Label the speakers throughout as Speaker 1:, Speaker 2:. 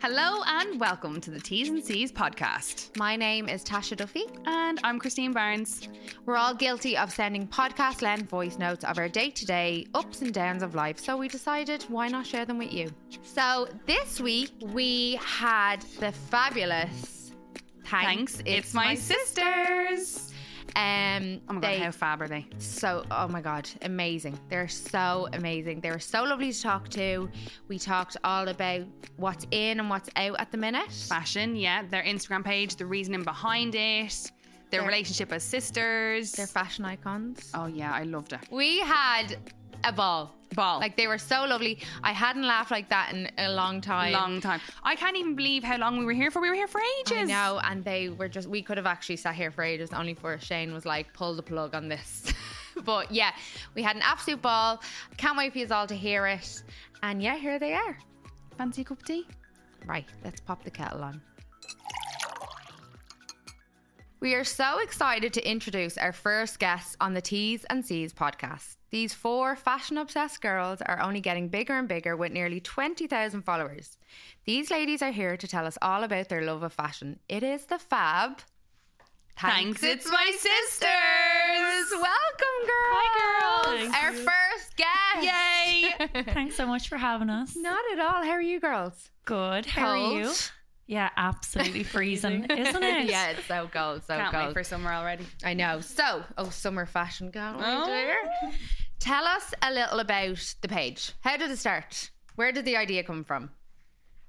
Speaker 1: Hello and welcome to the T's and C's podcast.
Speaker 2: My name is Tasha Duffy.
Speaker 1: And I'm Christine Barnes.
Speaker 2: We're all guilty of sending podcast length voice notes of our day to day ups and downs of life, so we decided why not share them with you. So this week we had the fabulous
Speaker 1: Thanks, it's, my sisters.
Speaker 2: Um,
Speaker 1: Oh my god,
Speaker 2: they-
Speaker 1: how fab are they?
Speaker 2: so oh my god amazing they're so amazing they were so lovely to talk to we talked all about what's in and what's out at the minute
Speaker 1: Fashion, yeah. Their Instagram page, the reasoning behind it, their
Speaker 2: They're-
Speaker 1: relationship as sisters.
Speaker 2: they're fashion icons
Speaker 1: oh yeah, I loved it.
Speaker 2: we had a ball
Speaker 1: Ball.
Speaker 2: like they were so lovely i hadn't laughed like that in a long time
Speaker 1: long time. I can't even believe how long we were here for. We were here for
Speaker 2: I
Speaker 1: ages.
Speaker 2: know, and they were just, we could have actually sat here for ages, only for Shane was like, pull the plug on this. but yeah, we had an absolute ball. Can't wait for you all to hear it. And yeah, here they are.
Speaker 1: Fancy a cup of tea?
Speaker 2: Right, let's pop the kettle on. We are so excited to introduce our first guests on the T's and C's podcast. These four fashion obsessed girls are only getting bigger and bigger with nearly 20,000 followers. These ladies are here to tell us all about their love of fashion. It is the fab.
Speaker 1: Thanks, it's my sisters.
Speaker 2: Welcome, girls. Hi,
Speaker 3: girls.
Speaker 2: Our first guest.
Speaker 1: Yay!
Speaker 3: Thanks so much for having us.
Speaker 2: Not at all. How are you, girls?
Speaker 3: Good. How
Speaker 2: Cold?
Speaker 3: are you? Yeah, absolutely freezing, isn't it?
Speaker 2: yeah, it's so cold. So
Speaker 1: Can't
Speaker 2: cold.
Speaker 1: wait for summer already.
Speaker 2: I know. So, oh, summer fashion gown.
Speaker 1: Oh.
Speaker 2: Oh. Tell us a little about the page. How did it start? Where did the idea come from?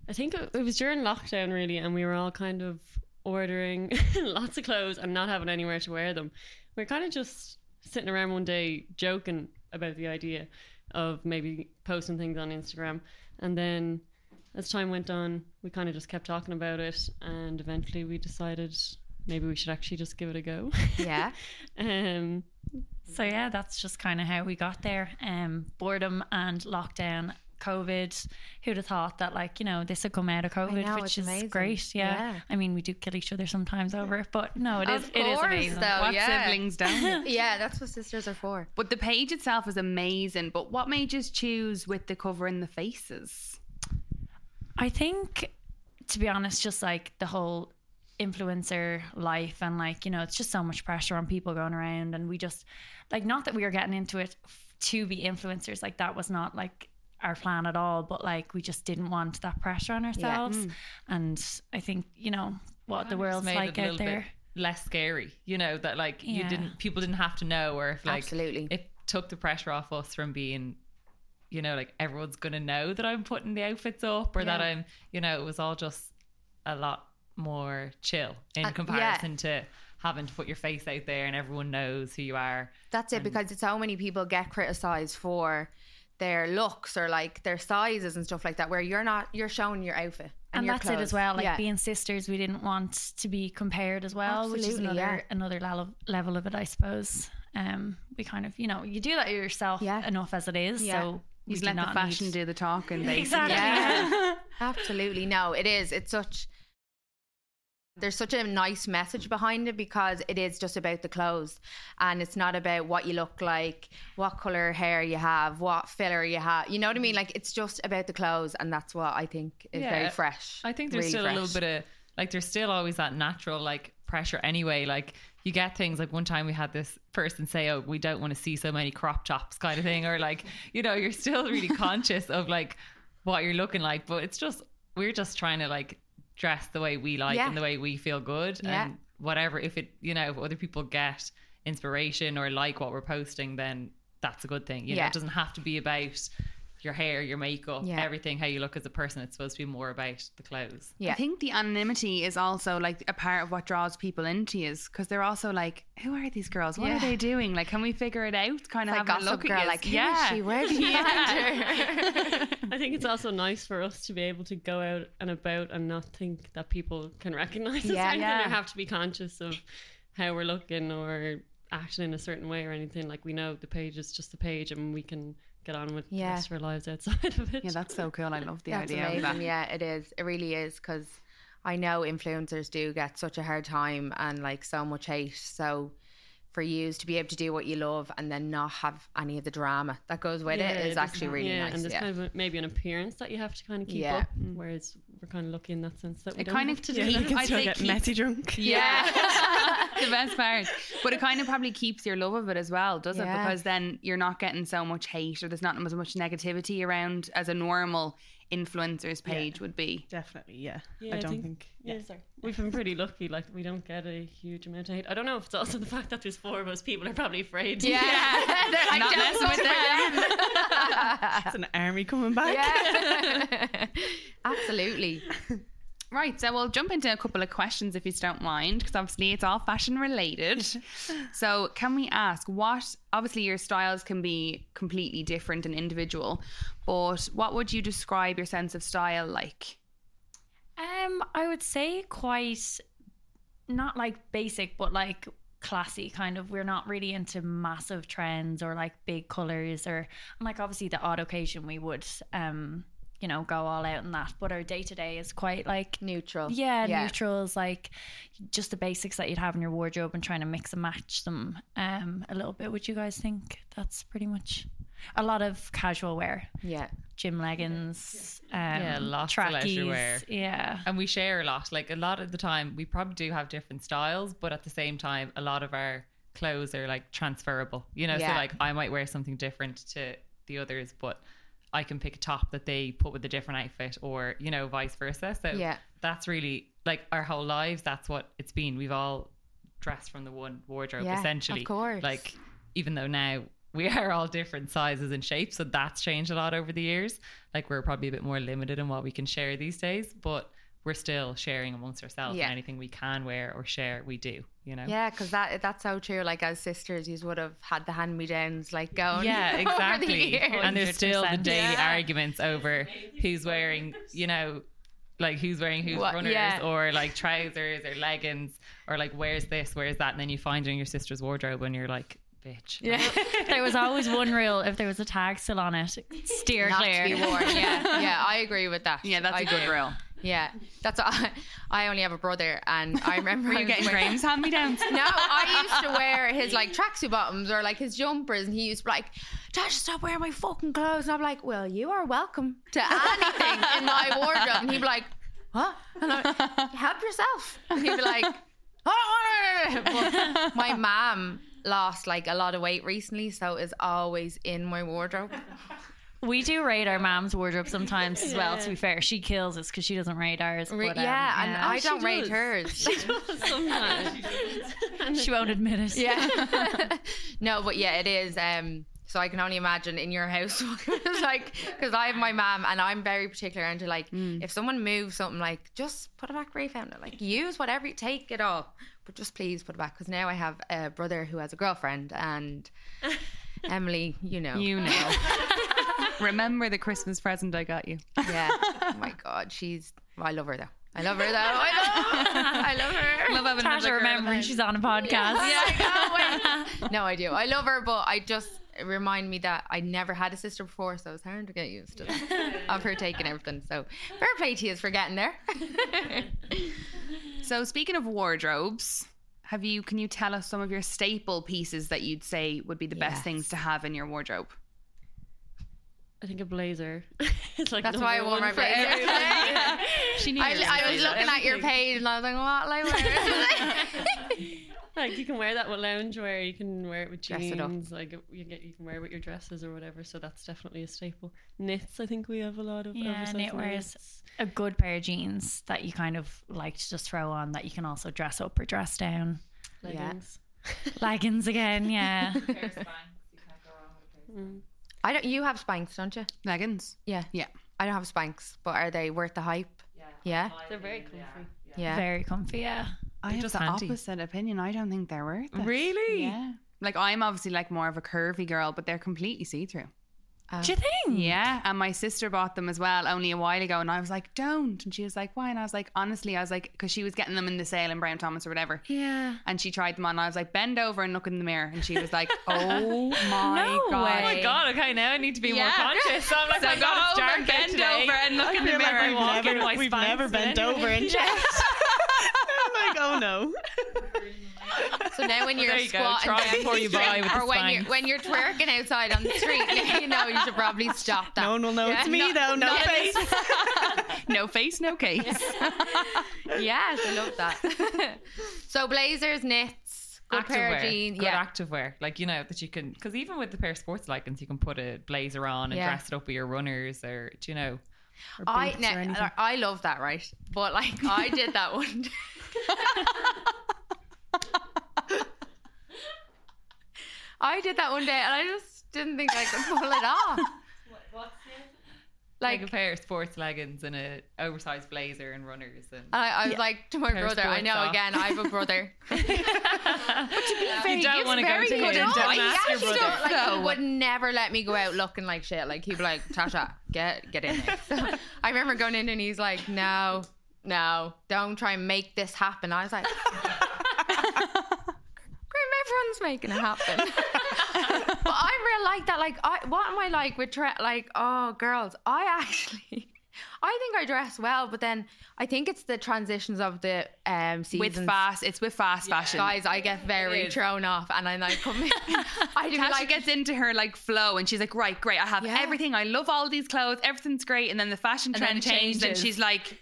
Speaker 4: I think it it was during lockdown really, and we were all kind of ordering lots of clothes and not having anywhere to wear them. We were kind of just sitting around one day joking about the idea of maybe posting things on Instagram, and then as time went on, we kind of just kept talking about it, and eventually we decided maybe we should actually just give it a go.
Speaker 2: Yeah.
Speaker 4: um,
Speaker 3: So yeah, that's just kind of how we got there. Um, boredom and lockdown, COVID. Who'd have thought that like you know this would come out of COVID,
Speaker 2: know,
Speaker 3: which
Speaker 2: it's
Speaker 3: is
Speaker 2: amazing.
Speaker 3: great. Yeah.
Speaker 2: Yeah.
Speaker 3: I mean we do kill each other sometimes over it, but no, it is
Speaker 2: Of
Speaker 3: it is
Speaker 2: course,
Speaker 3: amazing.
Speaker 2: though. Oh,
Speaker 1: what
Speaker 2: yeah.
Speaker 1: siblings don't?
Speaker 2: yeah, that's what sisters are for.
Speaker 1: but the page itself is amazing. But what made you choose with the cover and the faces?
Speaker 3: I think, to be honest, just like the whole influencer life and like, you know, it's just so much pressure on people going around. And we just, like, not that we were getting into it f- to be influencers, like, that was not like our plan at all, but like, we just didn't want that pressure on ourselves. And I think, you know, what the
Speaker 5: Kinda Mm. just
Speaker 3: world's
Speaker 5: made
Speaker 3: like
Speaker 5: it a
Speaker 3: out
Speaker 5: little bit
Speaker 3: there.
Speaker 5: less scary you know that like
Speaker 3: Yeah.
Speaker 5: you didn't people didn't have to know or if like
Speaker 2: Absolutely.
Speaker 5: it took the pressure off us from being you know like everyone's gonna know that i'm putting the outfits up or that
Speaker 3: Yeah.
Speaker 5: i'm you know it was all just a lot more chill in
Speaker 2: Uh, yeah.
Speaker 5: comparison to having to put your face out there and everyone knows who you are
Speaker 2: That's it, because so many people get criticized for their looks or like their sizes and stuff like that, where you're not, you're showing your outfit. And,
Speaker 3: and
Speaker 2: your
Speaker 3: that's it
Speaker 2: clothes.
Speaker 3: as well. Like
Speaker 2: Yeah.
Speaker 3: being sisters, we didn't want to be compared as well, which is
Speaker 2: Absolutely,
Speaker 3: another
Speaker 2: yeah.
Speaker 3: another level level of it, I suppose. Um, we kind of, you know, you do that yourself
Speaker 2: Yeah.
Speaker 3: enough as it is.
Speaker 2: Yeah.
Speaker 3: So
Speaker 1: You
Speaker 3: we
Speaker 1: just
Speaker 3: do
Speaker 1: let the
Speaker 3: not
Speaker 1: fashion
Speaker 3: need-
Speaker 1: do the talking, basically.
Speaker 3: Exactly.
Speaker 2: Yeah.
Speaker 3: yeah.
Speaker 2: Absolutely. No, it is. It's such. There's such a nice message behind it because it is just about the clothes and it's not about what you look like, what color hair you have, what filler you have. You know what I mean? Like it's just about the clothes and that's what I think is very
Speaker 5: Yeah,
Speaker 2: fresh.
Speaker 5: I think there's
Speaker 2: really
Speaker 5: still
Speaker 2: fresh.
Speaker 5: a little bit of like there's still always that natural like pressure anyway. Like you get things like one time we had this person say, "Oh, we don't want to see so many crop tops," kind of thing, or like you know you're still really conscious of like what you're looking like, but it's just we're just trying to like dress the way we like
Speaker 2: Yeah.
Speaker 5: and the way we feel good
Speaker 2: Yeah.
Speaker 5: and whatever. If it you know if other people get inspiration or like what we're posting, then that's a good thing. You know,
Speaker 2: Yeah.
Speaker 5: it doesn't have to be about your hair, your makeup,
Speaker 2: Yeah.
Speaker 5: everything, how you look as a person. It's supposed to be more about the clothes.
Speaker 2: Yeah.
Speaker 1: I think the anonymity is also like a part of what draws people into you because they're also like, who are these girls? What
Speaker 2: Yeah.
Speaker 1: are they doing? Like, can we figure it out? Kind of
Speaker 2: like
Speaker 1: have a
Speaker 2: gossip
Speaker 1: look
Speaker 2: girl,
Speaker 1: at
Speaker 2: like
Speaker 1: you.
Speaker 2: who yeah. she? Where did you find her?
Speaker 4: I think it's also nice for us to be able to go out and about and not think that people can recognize us
Speaker 2: Yeah.
Speaker 4: or anything
Speaker 1: Yeah.
Speaker 4: or have to be conscious of how we're looking or acting in a certain way or anything. Like we know the page is just the page and we can get on with
Speaker 2: Yeah.
Speaker 4: the rest of our lives outside of it.
Speaker 1: Yeah, that's so cool. I love the
Speaker 2: That's
Speaker 1: idea of
Speaker 2: amazing.
Speaker 1: that.
Speaker 2: Yeah, it is. It really is because I know influencers do get such a hard time and like so much hate. So for you to be able to do what you love and then not have any of the drama that goes with
Speaker 4: Yeah,
Speaker 2: it is
Speaker 4: there's
Speaker 2: actually
Speaker 4: not-
Speaker 2: really
Speaker 4: yeah,
Speaker 2: nice.
Speaker 4: And there's
Speaker 2: yeah.
Speaker 4: kind of a- maybe an appearance that you have to kind of keep
Speaker 2: Yeah. Mm.
Speaker 4: up, whereas we're kind of lucky in that sense that we
Speaker 1: It
Speaker 4: don't
Speaker 1: kind
Speaker 4: have
Speaker 1: of
Speaker 4: to do
Speaker 1: keeps-
Speaker 4: that. We can
Speaker 1: I'd
Speaker 4: still
Speaker 1: say
Speaker 4: get
Speaker 1: keeps-
Speaker 4: messy drunk.
Speaker 2: Yeah.
Speaker 1: the best part. But it kind of probably keeps your love of it as well, does it?
Speaker 2: Yeah.
Speaker 1: Because then you're not getting so much hate or there's not as much negativity around as a normal influencers page would be.
Speaker 6: Definitely, yeah.
Speaker 4: Yeah,
Speaker 6: I
Speaker 4: I
Speaker 6: don't
Speaker 4: think-
Speaker 6: think.
Speaker 4: Yeah,
Speaker 6: yeah.
Speaker 4: sorry. We've been pretty lucky. Like we don't get a huge amount of hate. I don't know if it's also the fact that there's four of us. People are probably afraid.
Speaker 2: Yeah. They're like,
Speaker 1: Not
Speaker 2: "Don't
Speaker 1: messing
Speaker 2: vote
Speaker 1: with
Speaker 2: for
Speaker 1: them."
Speaker 6: It's an army coming back.
Speaker 2: yeah. Absolutely.
Speaker 1: Right, so we'll jump into a couple of questions if you don't mind, because obviously it's all fashion related. so, can we ask what, obviously, your styles can be completely different and individual, but what would you describe your sense of style like?
Speaker 3: Um, I would say quite not like basic, but like classy kind of. We're not really into massive trends or like big colors or and like obviously the odd occasion we would um, you know, go all out in that. But our day to day is quite like
Speaker 2: Neutral.
Speaker 3: yeah,
Speaker 2: Yeah.
Speaker 3: neutrals, like just the basics that you'd have in your wardrobe and trying to mix and match them um a little bit. Would you guys think that's pretty much a lot of casual wear,
Speaker 2: Yeah.
Speaker 3: gym leggings, um,
Speaker 5: Yeah, lots of leisure wear.
Speaker 3: trackies, yeah.
Speaker 5: and we share a lot. Like a lot of the time, we probably do have different styles, but at the same time, a lot of our clothes are like transferable. You know,
Speaker 2: Yeah.
Speaker 5: so like I might wear something different to the others, but I can pick a top that they put with a different outfit, or you know, vice versa. So
Speaker 2: Yeah.
Speaker 5: that's really like our whole lives. That's what it's been. We've all dressed from the one wardrobe
Speaker 2: Yeah,
Speaker 5: essentially.
Speaker 2: of course.
Speaker 5: Like even though now. We are all different sizes and shapes, so that's changed a lot over the years. Like we're probably a bit more limited in what we can share these days, but we're still sharing amongst ourselves
Speaker 2: Yeah.
Speaker 5: and anything we can wear or share we do you know
Speaker 2: Yeah, because that that's so true. Like as sisters, you would have had the hand me downs like
Speaker 1: Oh,
Speaker 2: going.
Speaker 5: Yeah,
Speaker 2: Over the
Speaker 5: exactly
Speaker 2: years.
Speaker 5: and there's still the
Speaker 3: 100%.
Speaker 5: daily arguments over who's wearing you know like who's wearing who's
Speaker 2: What-
Speaker 5: runners
Speaker 2: yeah.
Speaker 5: or like trousers or leggings or like where's this where's that and then you find it in your sister's wardrobe and you're like bitch like,
Speaker 2: yeah.
Speaker 3: there was always one rule if there was a tag still on it, steer
Speaker 2: Not to
Speaker 3: clear.
Speaker 2: be worn. Yeah, yeah, I agree with that.
Speaker 1: Yeah, that's
Speaker 2: I
Speaker 1: a good
Speaker 2: do.
Speaker 1: rule.
Speaker 2: Yeah, that's what I, I only have a brother, and I remember
Speaker 1: Were
Speaker 2: I
Speaker 1: you
Speaker 2: was
Speaker 1: getting
Speaker 2: wearing-
Speaker 1: Graham's hand me downs?
Speaker 2: No, I used to wear his like tracksuit bottoms or like his jumpers, and he used to be like, Tasha, stop wearing my fucking clothes. And I'm like, Well, you are welcome to anything in my wardrobe. And he'd be like, What? And I'm like, Help yourself. And he'd be like, Oh, no, no, no, no." But my mom lost like a lot of weight recently, so is always in my wardrobe.
Speaker 3: We do raid our mom's wardrobe sometimes as well, to be fair. She kills us because she doesn't raid ours.
Speaker 2: Re-
Speaker 3: but, um,
Speaker 2: yeah, and
Speaker 3: yeah.
Speaker 2: I
Speaker 4: Oh, she
Speaker 2: don't rate
Speaker 4: does.
Speaker 2: hers.
Speaker 4: Sometimes.
Speaker 3: she won't admit it.
Speaker 2: Yeah. no, but yeah, it is. Um, so I can only imagine in your house, it's like, because I have my mom, and I'm very particular into like,
Speaker 4: Mm.
Speaker 2: if someone moves something, like just put it back where you found it. Like use whatever you take it all, but just please put it back. Because now I have a brother who has a girlfriend, and Emily, you know,
Speaker 1: You know. Remember the Christmas present I got you.
Speaker 2: yeah. Oh my God, she's. well, I love her though. I love her though. I love. I love her.
Speaker 1: Love having another
Speaker 3: Tasha
Speaker 1: girl
Speaker 3: remembering
Speaker 1: around.
Speaker 3: she's on a podcast.
Speaker 2: Yeah, I know, wait. no, I do. I love her, but I just it remind me that I never had a sister before, so it's hard to get used to of her taking everything. So fair play to you for getting there.
Speaker 1: So speaking of wardrobes, have you can you tell us some of your staple pieces that you'd say would be the
Speaker 2: Yes.
Speaker 1: best things to have in your wardrobe?
Speaker 4: I think a blazer. it's like
Speaker 2: That's why I
Speaker 4: number
Speaker 2: wore
Speaker 4: one
Speaker 2: my
Speaker 4: for
Speaker 2: blazer
Speaker 4: everyone.
Speaker 2: today.
Speaker 1: She knew
Speaker 2: I,
Speaker 1: you were
Speaker 2: I
Speaker 1: gonna say
Speaker 2: was
Speaker 1: that.
Speaker 2: looking at your page and I was like, what? Like, where?
Speaker 4: like you can wear that with loungewear. You can wear it with
Speaker 2: Dress it up.
Speaker 4: jeans. Like you get you can wear it with your dresses or whatever. So that's definitely a staple. Knits. I think we have a lot of
Speaker 3: Yeah,
Speaker 4: oversized
Speaker 3: knitwear is-
Speaker 4: knits.
Speaker 3: A good pair of jeans that you kind of like to just throw on that you can also dress up or dress down.
Speaker 2: Yeah.
Speaker 4: leggings.
Speaker 3: Leggings again, yeah.
Speaker 4: Mm.
Speaker 2: I don't. You have spanks, don't you?
Speaker 1: leggings.
Speaker 2: Yeah,
Speaker 1: Yeah.
Speaker 2: I don't have spanks, but are they worth the hype? Yeah,
Speaker 4: They're very comfy.
Speaker 2: yeah.
Speaker 3: Very comfy, yeah.
Speaker 1: I have
Speaker 5: just
Speaker 1: the
Speaker 5: handy.
Speaker 1: opposite opinion. I don't think they're worth it.
Speaker 5: really
Speaker 1: Yeah. Like I'm obviously like more of a curvy girl, but they're completely see through.
Speaker 2: Oh.
Speaker 3: Do you
Speaker 1: Hmm.
Speaker 3: think?
Speaker 1: Yeah. And my sister bought them as well only a while ago. And I was like, don't. And she was like, why? And I was like, honestly, I was like, because she was getting them in the sale in Brown Thomas or whatever.
Speaker 3: Yeah.
Speaker 1: And she tried them on. And I was like, bend over and look in the mirror. And she was like, oh my
Speaker 3: No
Speaker 1: God.
Speaker 5: oh my
Speaker 3: way.
Speaker 5: god okay now I need to be more
Speaker 2: Yeah.
Speaker 5: conscious so I'm like
Speaker 1: So
Speaker 5: oh my
Speaker 1: go
Speaker 5: god it's
Speaker 1: over,
Speaker 5: dark out
Speaker 1: bend
Speaker 5: today.
Speaker 1: over and look
Speaker 5: I
Speaker 1: in the
Speaker 5: feel like
Speaker 1: mirror.
Speaker 5: I'm
Speaker 1: We've
Speaker 5: walking
Speaker 6: Never-
Speaker 5: my
Speaker 6: we've
Speaker 5: spikes
Speaker 6: never
Speaker 5: in
Speaker 6: bent
Speaker 5: anyway.
Speaker 6: over and checked. I'm like, oh no.
Speaker 2: So now when you're
Speaker 5: there you go.
Speaker 2: squatting
Speaker 5: Try
Speaker 2: down
Speaker 5: before
Speaker 2: the
Speaker 5: you
Speaker 2: street,
Speaker 5: buy with
Speaker 2: or
Speaker 5: the
Speaker 2: when
Speaker 5: spanks.
Speaker 2: you're when you're twerking outside on the street, you know you should probably stop that.
Speaker 6: No one will know
Speaker 2: Yeah,
Speaker 6: it's me
Speaker 2: no-
Speaker 6: though. No
Speaker 2: not-
Speaker 6: face.
Speaker 1: no face, no case.
Speaker 2: Yes, I love that. so blazers, knits, good pair of
Speaker 5: Activewear,
Speaker 2: jeans.
Speaker 5: good
Speaker 2: yeah,
Speaker 5: activewear, like you know that you can, because even with the pair of sports leggings, you can put a blazer on and
Speaker 2: Yeah.
Speaker 5: dress it up with your runners, or do you know?
Speaker 4: Or
Speaker 2: I
Speaker 4: boots or anything.
Speaker 2: now, I love that, right? But like I did that one. day. I did that one day, and I just didn't think I could pull it off.
Speaker 5: like,
Speaker 2: Like,
Speaker 5: a
Speaker 2: and
Speaker 5: pair of sports leggings and a oversized blazer and runners and
Speaker 2: I, I was like to my
Speaker 5: Pair of
Speaker 2: brother. I
Speaker 5: sports
Speaker 2: know
Speaker 5: off.
Speaker 2: again, I have a brother.
Speaker 5: you don't want to go
Speaker 1: very
Speaker 5: to
Speaker 1: good
Speaker 5: him.
Speaker 1: advice.
Speaker 5: Don't ask
Speaker 1: Yeah,
Speaker 5: your
Speaker 1: she
Speaker 5: brother.
Speaker 1: does.
Speaker 2: Like
Speaker 1: though.
Speaker 2: he would never let me go out looking like shit. Like he'd be like, Tasha, get get in there. So I remember going in and he's like, No, no, don't try and make this happen. I was like, Grim, everyone's making it happen. but I'm real like that. Like, I what am I like with tre- like? Oh, girls, I actually. I think I dress well, but then I think it's the transitions of the um seasons.
Speaker 1: with fast, it's with fast fashion.
Speaker 2: guys, I get very thrown off, and then I come in. I do
Speaker 1: Tasha
Speaker 2: like
Speaker 1: gets into her like flow and she's like, right, great, I have
Speaker 2: Yeah.
Speaker 1: everything. I love all these clothes. Everything's great. And then the fashion
Speaker 5: then
Speaker 1: trend
Speaker 5: it
Speaker 1: changes and
Speaker 5: changes.
Speaker 1: she's like,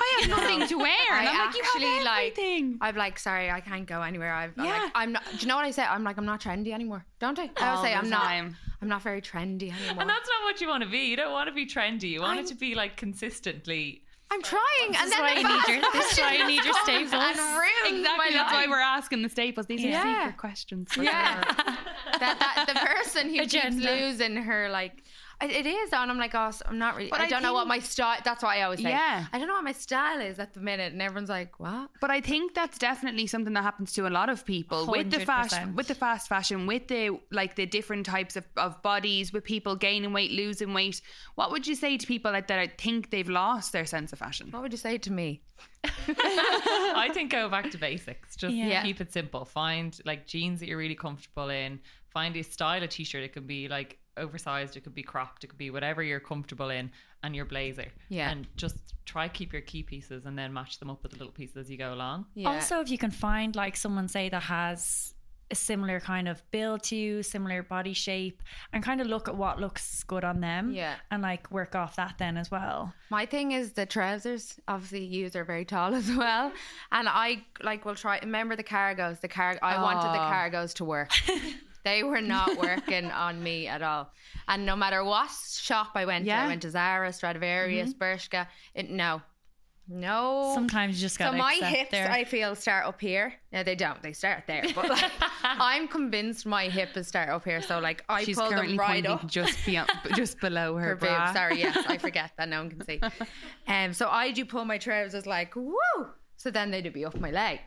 Speaker 1: I have nothing to wear.
Speaker 2: I
Speaker 1: And I am like, you
Speaker 2: actually,
Speaker 1: have
Speaker 2: like-
Speaker 1: everything.
Speaker 2: I'm like, sorry, I can't go anywhere. I've, I'm
Speaker 1: Yeah.
Speaker 2: like, I'm not. Do you know what I say? I'm like, I'm not trendy anymore. Don't I? I
Speaker 1: All
Speaker 2: would say
Speaker 1: the
Speaker 2: I'm not.
Speaker 1: time.
Speaker 2: I'm not very trendy anymore.
Speaker 5: And that's not what you want to be. You don't want to be trendy. You want it to be like consistently.
Speaker 2: I'm trying, and then
Speaker 4: why
Speaker 2: the
Speaker 4: you need your-
Speaker 2: fast
Speaker 4: this is why you
Speaker 2: fashion
Speaker 4: need your
Speaker 2: comes
Speaker 4: staples.
Speaker 2: And ruins
Speaker 1: Exactly.
Speaker 2: my
Speaker 1: That's why
Speaker 2: life.
Speaker 1: we're asking the staples. These
Speaker 2: Yeah.
Speaker 1: are secret questions.
Speaker 2: Yeah. that, that the person who
Speaker 4: Agenda.
Speaker 2: keeps losing her like. It it is, and I'm like, oh, so I'm not really.
Speaker 1: But
Speaker 2: I
Speaker 1: I
Speaker 2: don't know what
Speaker 1: think-
Speaker 2: my style. That's what I always say.
Speaker 1: Yeah.
Speaker 2: I don't know what my style is at the minute, and everyone's like, what?
Speaker 1: But I think that's definitely something that happens to a lot of people with the fast
Speaker 3: 100%.
Speaker 1: with the fast fashion, with the like the different types of, of bodies, with people gaining weight, losing weight. What would you say to people that, that think they've lost their sense of fashion?
Speaker 2: What would you say to me?
Speaker 5: I think go back to basics. Just
Speaker 2: Yeah.
Speaker 5: keep it simple. Find like jeans that you're really comfortable in. Find a style of t-shirt. It can be like oversized. It could be cropped. It could be whatever you're comfortable in, and your blazer.
Speaker 2: Yeah.
Speaker 5: And just try keep your key pieces and then match them up with the little pieces as you go along.
Speaker 2: Yeah.
Speaker 3: Also, if you can find like someone say that has a similar kind of build to you, similar body shape, and kind of look at what looks good on them.
Speaker 2: Yeah.
Speaker 3: And like work off that then as well.
Speaker 2: My thing is the trousers. Obviously, you are very tall as well, and I like will try. Remember the cargos? The car. I wanted the cargos to work. they were not working on me at all. And no matter what shop I went to,
Speaker 1: Yeah. Mm-hmm.
Speaker 2: I went to Zara, Stradivarius, Bershka. It, no, no.
Speaker 3: Sometimes you just
Speaker 2: Oh, so
Speaker 3: gotta
Speaker 2: my
Speaker 3: accept
Speaker 2: hips,
Speaker 3: their-
Speaker 2: I feel, start up here. No, they don't. They start there. But like, I'm convinced my hip is start up here. So like, I
Speaker 1: She's
Speaker 2: pull
Speaker 1: currently
Speaker 2: them right
Speaker 1: pointing
Speaker 2: up
Speaker 1: just beyond, just below her,
Speaker 2: her boob.
Speaker 1: bra.
Speaker 2: Sorry, yes, I forget that no one can see. Um, so I do pull my trousers like woo. So then they'd be off my leg.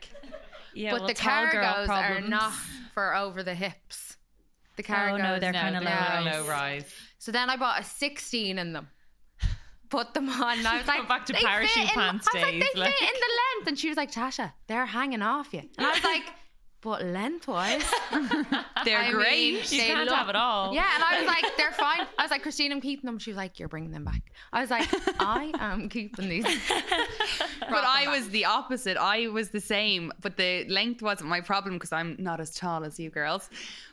Speaker 3: yeah,
Speaker 2: but
Speaker 3: well,
Speaker 2: the
Speaker 3: tall girl
Speaker 2: cargos are
Speaker 3: problems.
Speaker 2: not for over the hips. The cargos.
Speaker 3: Oh no, they're kind of
Speaker 5: no,
Speaker 3: low.
Speaker 5: they're
Speaker 3: rise.
Speaker 5: low rise.
Speaker 2: So then I bought a 16 in them. Put them on. And I was like,
Speaker 5: Back to
Speaker 2: "They fit
Speaker 5: parachute
Speaker 2: in-
Speaker 5: pants
Speaker 2: I was like,
Speaker 5: days,
Speaker 2: they
Speaker 5: like."
Speaker 2: fit in the length. And she was like, Tasha, they're hanging off you. And I was like, but lengthwise.
Speaker 1: They're
Speaker 2: I mean,
Speaker 1: great.
Speaker 5: You
Speaker 2: they
Speaker 5: can't
Speaker 2: look-
Speaker 5: have it all.
Speaker 2: Yeah, and I was like, they're fine. I was like, Christine, I'm keeping them. She was like, you're bringing them back. I was like, I am keeping these.
Speaker 1: but I was the opposite. I was the same, but the length wasn't my problem because I'm not as tall as you girls.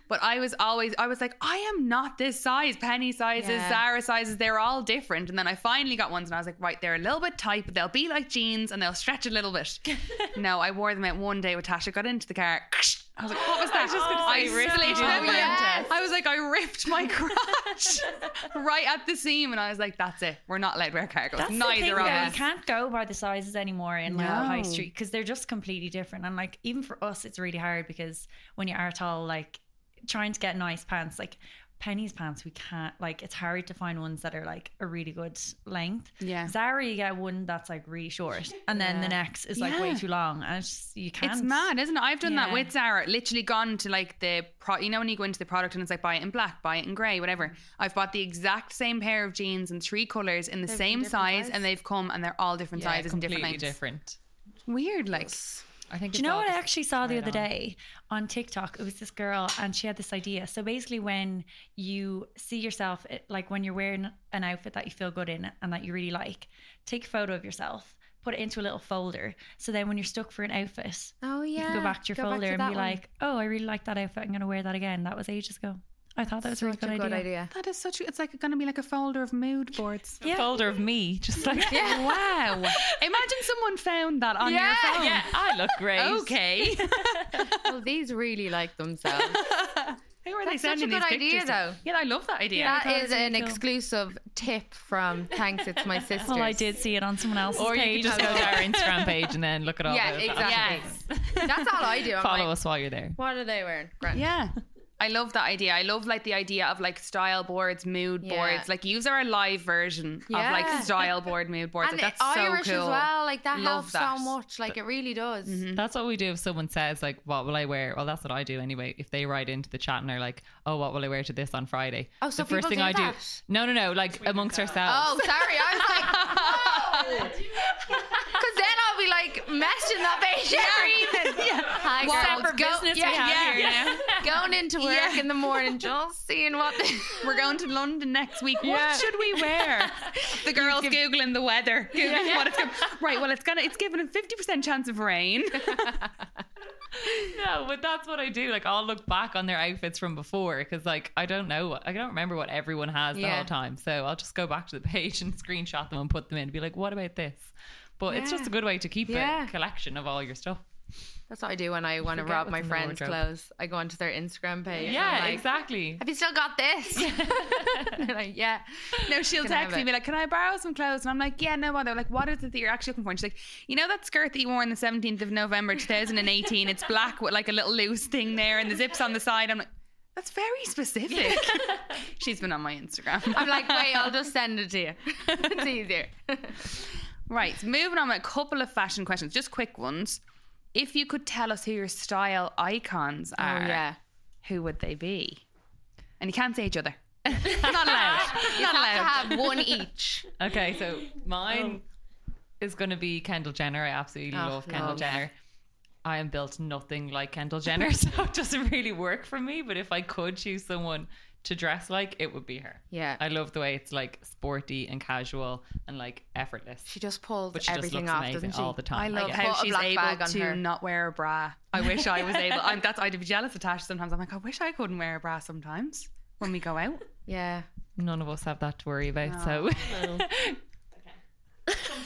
Speaker 1: But I was always, I was like, I am not this size. Penny sizes,
Speaker 2: Yeah.
Speaker 1: Sarah sizes, they're all different. And then I finally got ones and I was like, right, they're a little bit tight, but they'll be like jeans and they'll stretch a little bit. no, I wore them out one day with Tasha, got into the car. I was like, what was that? I was
Speaker 3: Oh,
Speaker 1: just
Speaker 5: gonna say, Ripley did
Speaker 2: that one. Yes.
Speaker 1: I was like, I ripped my crotch right at the seam. And I was like, that's it. We're not allowed to wear cargos.
Speaker 3: That's the thing,
Speaker 1: Neither of
Speaker 3: though,
Speaker 1: us.
Speaker 3: You can't go by the sizes anymore in like the high
Speaker 1: No.
Speaker 3: street because they're just completely different. And like even for us, it's really hard because when you are tall, like trying to get nice pants, like Penny's pants, we can't like it's hard to find ones that are like a really good length.
Speaker 1: Yeah.
Speaker 3: Zara, you get one that's like really short, and then the next is like way
Speaker 1: Yeah.
Speaker 3: too long, and it's just, you can't.
Speaker 1: It's mad, isn't it? I've done that
Speaker 3: Yeah.
Speaker 1: with Zara. Literally gone to like the pro you know when you go into the product and it's like buy it in black, buy it in grey, whatever. I've bought the exact same pair of jeans in three colours in the same
Speaker 2: different
Speaker 1: size,
Speaker 2: size.
Speaker 1: and they've come and they're all different
Speaker 5: Yeah,
Speaker 1: sizes and different
Speaker 5: completely
Speaker 1: lengths.
Speaker 5: different.
Speaker 1: Weird, like
Speaker 5: I think.
Speaker 3: Do
Speaker 5: it's
Speaker 3: you know
Speaker 5: all
Speaker 3: what I
Speaker 5: just-
Speaker 3: actually saw the
Speaker 5: right
Speaker 3: other
Speaker 5: on.
Speaker 3: day on TikTok? It was this girl, and she had this idea. So basically, when you see yourself, eh, it- like when you're wearing an outfit that you feel good in and that you really like, take a photo of yourself, put it into a little folder. So then when you're stuck for an outfit,
Speaker 2: Oh yeah.
Speaker 3: you can go back to your
Speaker 2: Go
Speaker 3: folder
Speaker 2: to
Speaker 3: and
Speaker 2: that one.
Speaker 3: be like, oh, I really like that outfit. I'm going to wear that again. That was ages ago. I thought that was a
Speaker 2: Such
Speaker 3: really good, idea.
Speaker 1: That is such. It's like going to be like a folder of mood boards.
Speaker 3: Yeah.
Speaker 5: folder of me, just like
Speaker 1: Wow! Imagine someone found that on
Speaker 2: Yeah.
Speaker 1: your phone.
Speaker 5: yeah, I look great.
Speaker 1: Okay.
Speaker 2: well, these really like themselves.
Speaker 1: Who are they
Speaker 2: That's such a
Speaker 1: sending
Speaker 2: good
Speaker 1: these
Speaker 2: idea,
Speaker 1: pictures? to?
Speaker 2: though.
Speaker 1: Yeah, I love that idea.
Speaker 2: That
Speaker 3: thought it
Speaker 2: is
Speaker 3: was really
Speaker 2: an
Speaker 3: cool.
Speaker 2: exclusive tip from Thanks, it's my sister.
Speaker 3: Well, I did see it on someone else's
Speaker 5: Or you
Speaker 3: page.
Speaker 5: can just go to our Instagram page and then look at all
Speaker 2: Yeah,
Speaker 5: those.
Speaker 2: exactly. That's all I do. I'm
Speaker 5: Follow
Speaker 2: like,
Speaker 5: us while you're there.
Speaker 2: What are they wearing? Grand.
Speaker 1: Yeah. I love that idea. I love like the idea of like style boards, mood
Speaker 2: Yeah.
Speaker 1: boards. Like use our live version of
Speaker 2: Yeah.
Speaker 1: like style board, mood boards.
Speaker 2: And
Speaker 1: like, that's
Speaker 2: Irish
Speaker 1: so cool.
Speaker 2: as well. Like that
Speaker 1: Love
Speaker 2: helps
Speaker 1: that.
Speaker 2: so much. Like it really does.
Speaker 5: That's what we do if someone says like, "What will I wear?" Well, that's what I do anyway. If they write into the chat and they're like, "Oh, what will I wear to this on Friday?"
Speaker 2: Oh, so
Speaker 5: the first
Speaker 2: people
Speaker 5: thing
Speaker 2: do
Speaker 5: I do,
Speaker 2: that?
Speaker 5: no, no, no, like amongst ourselves.
Speaker 2: Oh, sorry. I was like, because then I'll be like messaging that bitch every evening. Hi, girls.
Speaker 1: separate
Speaker 2: Go-
Speaker 1: business we
Speaker 2: yeah,
Speaker 1: have
Speaker 2: yeah.
Speaker 1: here
Speaker 2: Going into work in the morning, just seeing what. The-
Speaker 1: We're going to London next week. What should we wear? The girls googling the weather. Googling what it's gonna, right. Well, it's gonna. It's given a fifty percent chance of rain.
Speaker 5: No, but that's what I do. Like I'll look back on their outfits from before because like I don't know, what, I don't remember what everyone has the
Speaker 2: Yeah.
Speaker 5: whole time. So I'll just go back to the page and screenshot them and put them in and be like, "What about this?" But it's just
Speaker 2: Yeah.
Speaker 5: a good way to keep
Speaker 2: Yeah.
Speaker 5: a collection of all your stuff.
Speaker 2: That's what I do when I want to
Speaker 5: forget
Speaker 2: rob
Speaker 5: what's
Speaker 2: my
Speaker 5: in the
Speaker 2: friends'
Speaker 5: wardrobe.
Speaker 2: clothes. I go onto their Instagram page. and
Speaker 5: yeah,
Speaker 2: I'm like,
Speaker 5: exactly.
Speaker 2: Have you still got this? They're like, yeah.
Speaker 1: No, she'll
Speaker 2: Can I have
Speaker 1: text me
Speaker 2: it?
Speaker 1: and be like, "Can I borrow some clothes?" And I'm like, "Yeah, no bother." Like, what is it that you're actually looking for? And she's like, "You know that skirt that you wore on the 17th of November 2018? It's black with like a little loose thing there, and the zips on the side." I'm like, "That's very specific." she's been on my Instagram.
Speaker 2: I'm like, wait, I'll just send it to you. it's easier.
Speaker 1: right, so moving on. A couple of fashion questions, just quick ones. If you could tell us who your style icons
Speaker 2: Oh,
Speaker 1: are, who would they be? And you can't say each other. Not allowed.
Speaker 2: You
Speaker 1: Not allowed.
Speaker 2: have to have one each.
Speaker 5: Okay, so
Speaker 2: Oh.
Speaker 5: mine is going to be Kendall Jenner. I absolutely
Speaker 2: Oh,
Speaker 5: love Kendall
Speaker 2: love.
Speaker 5: Jenner. I am built nothing like Kendall Jenner, so it doesn't really work for me. But if I could choose someone to dress like, it would be her.
Speaker 2: Yeah.
Speaker 5: I love the way it's like sporty and casual and like effortless.
Speaker 2: She just pulls
Speaker 5: but she just
Speaker 2: everything
Speaker 5: looks
Speaker 2: off,
Speaker 5: amazing
Speaker 2: doesn't she?
Speaker 5: all the time.
Speaker 1: I love
Speaker 5: guess.
Speaker 2: put
Speaker 1: how
Speaker 2: a
Speaker 1: she's
Speaker 2: black bag
Speaker 1: able
Speaker 2: on
Speaker 1: to
Speaker 2: her.
Speaker 1: not wear a bra. I wish I was able. I'm that's I'd be jealous of Tash sometimes. I'm like, I wish I couldn't wear a bra sometimes when we go out.
Speaker 2: Yeah.
Speaker 5: None of us have that to worry about, so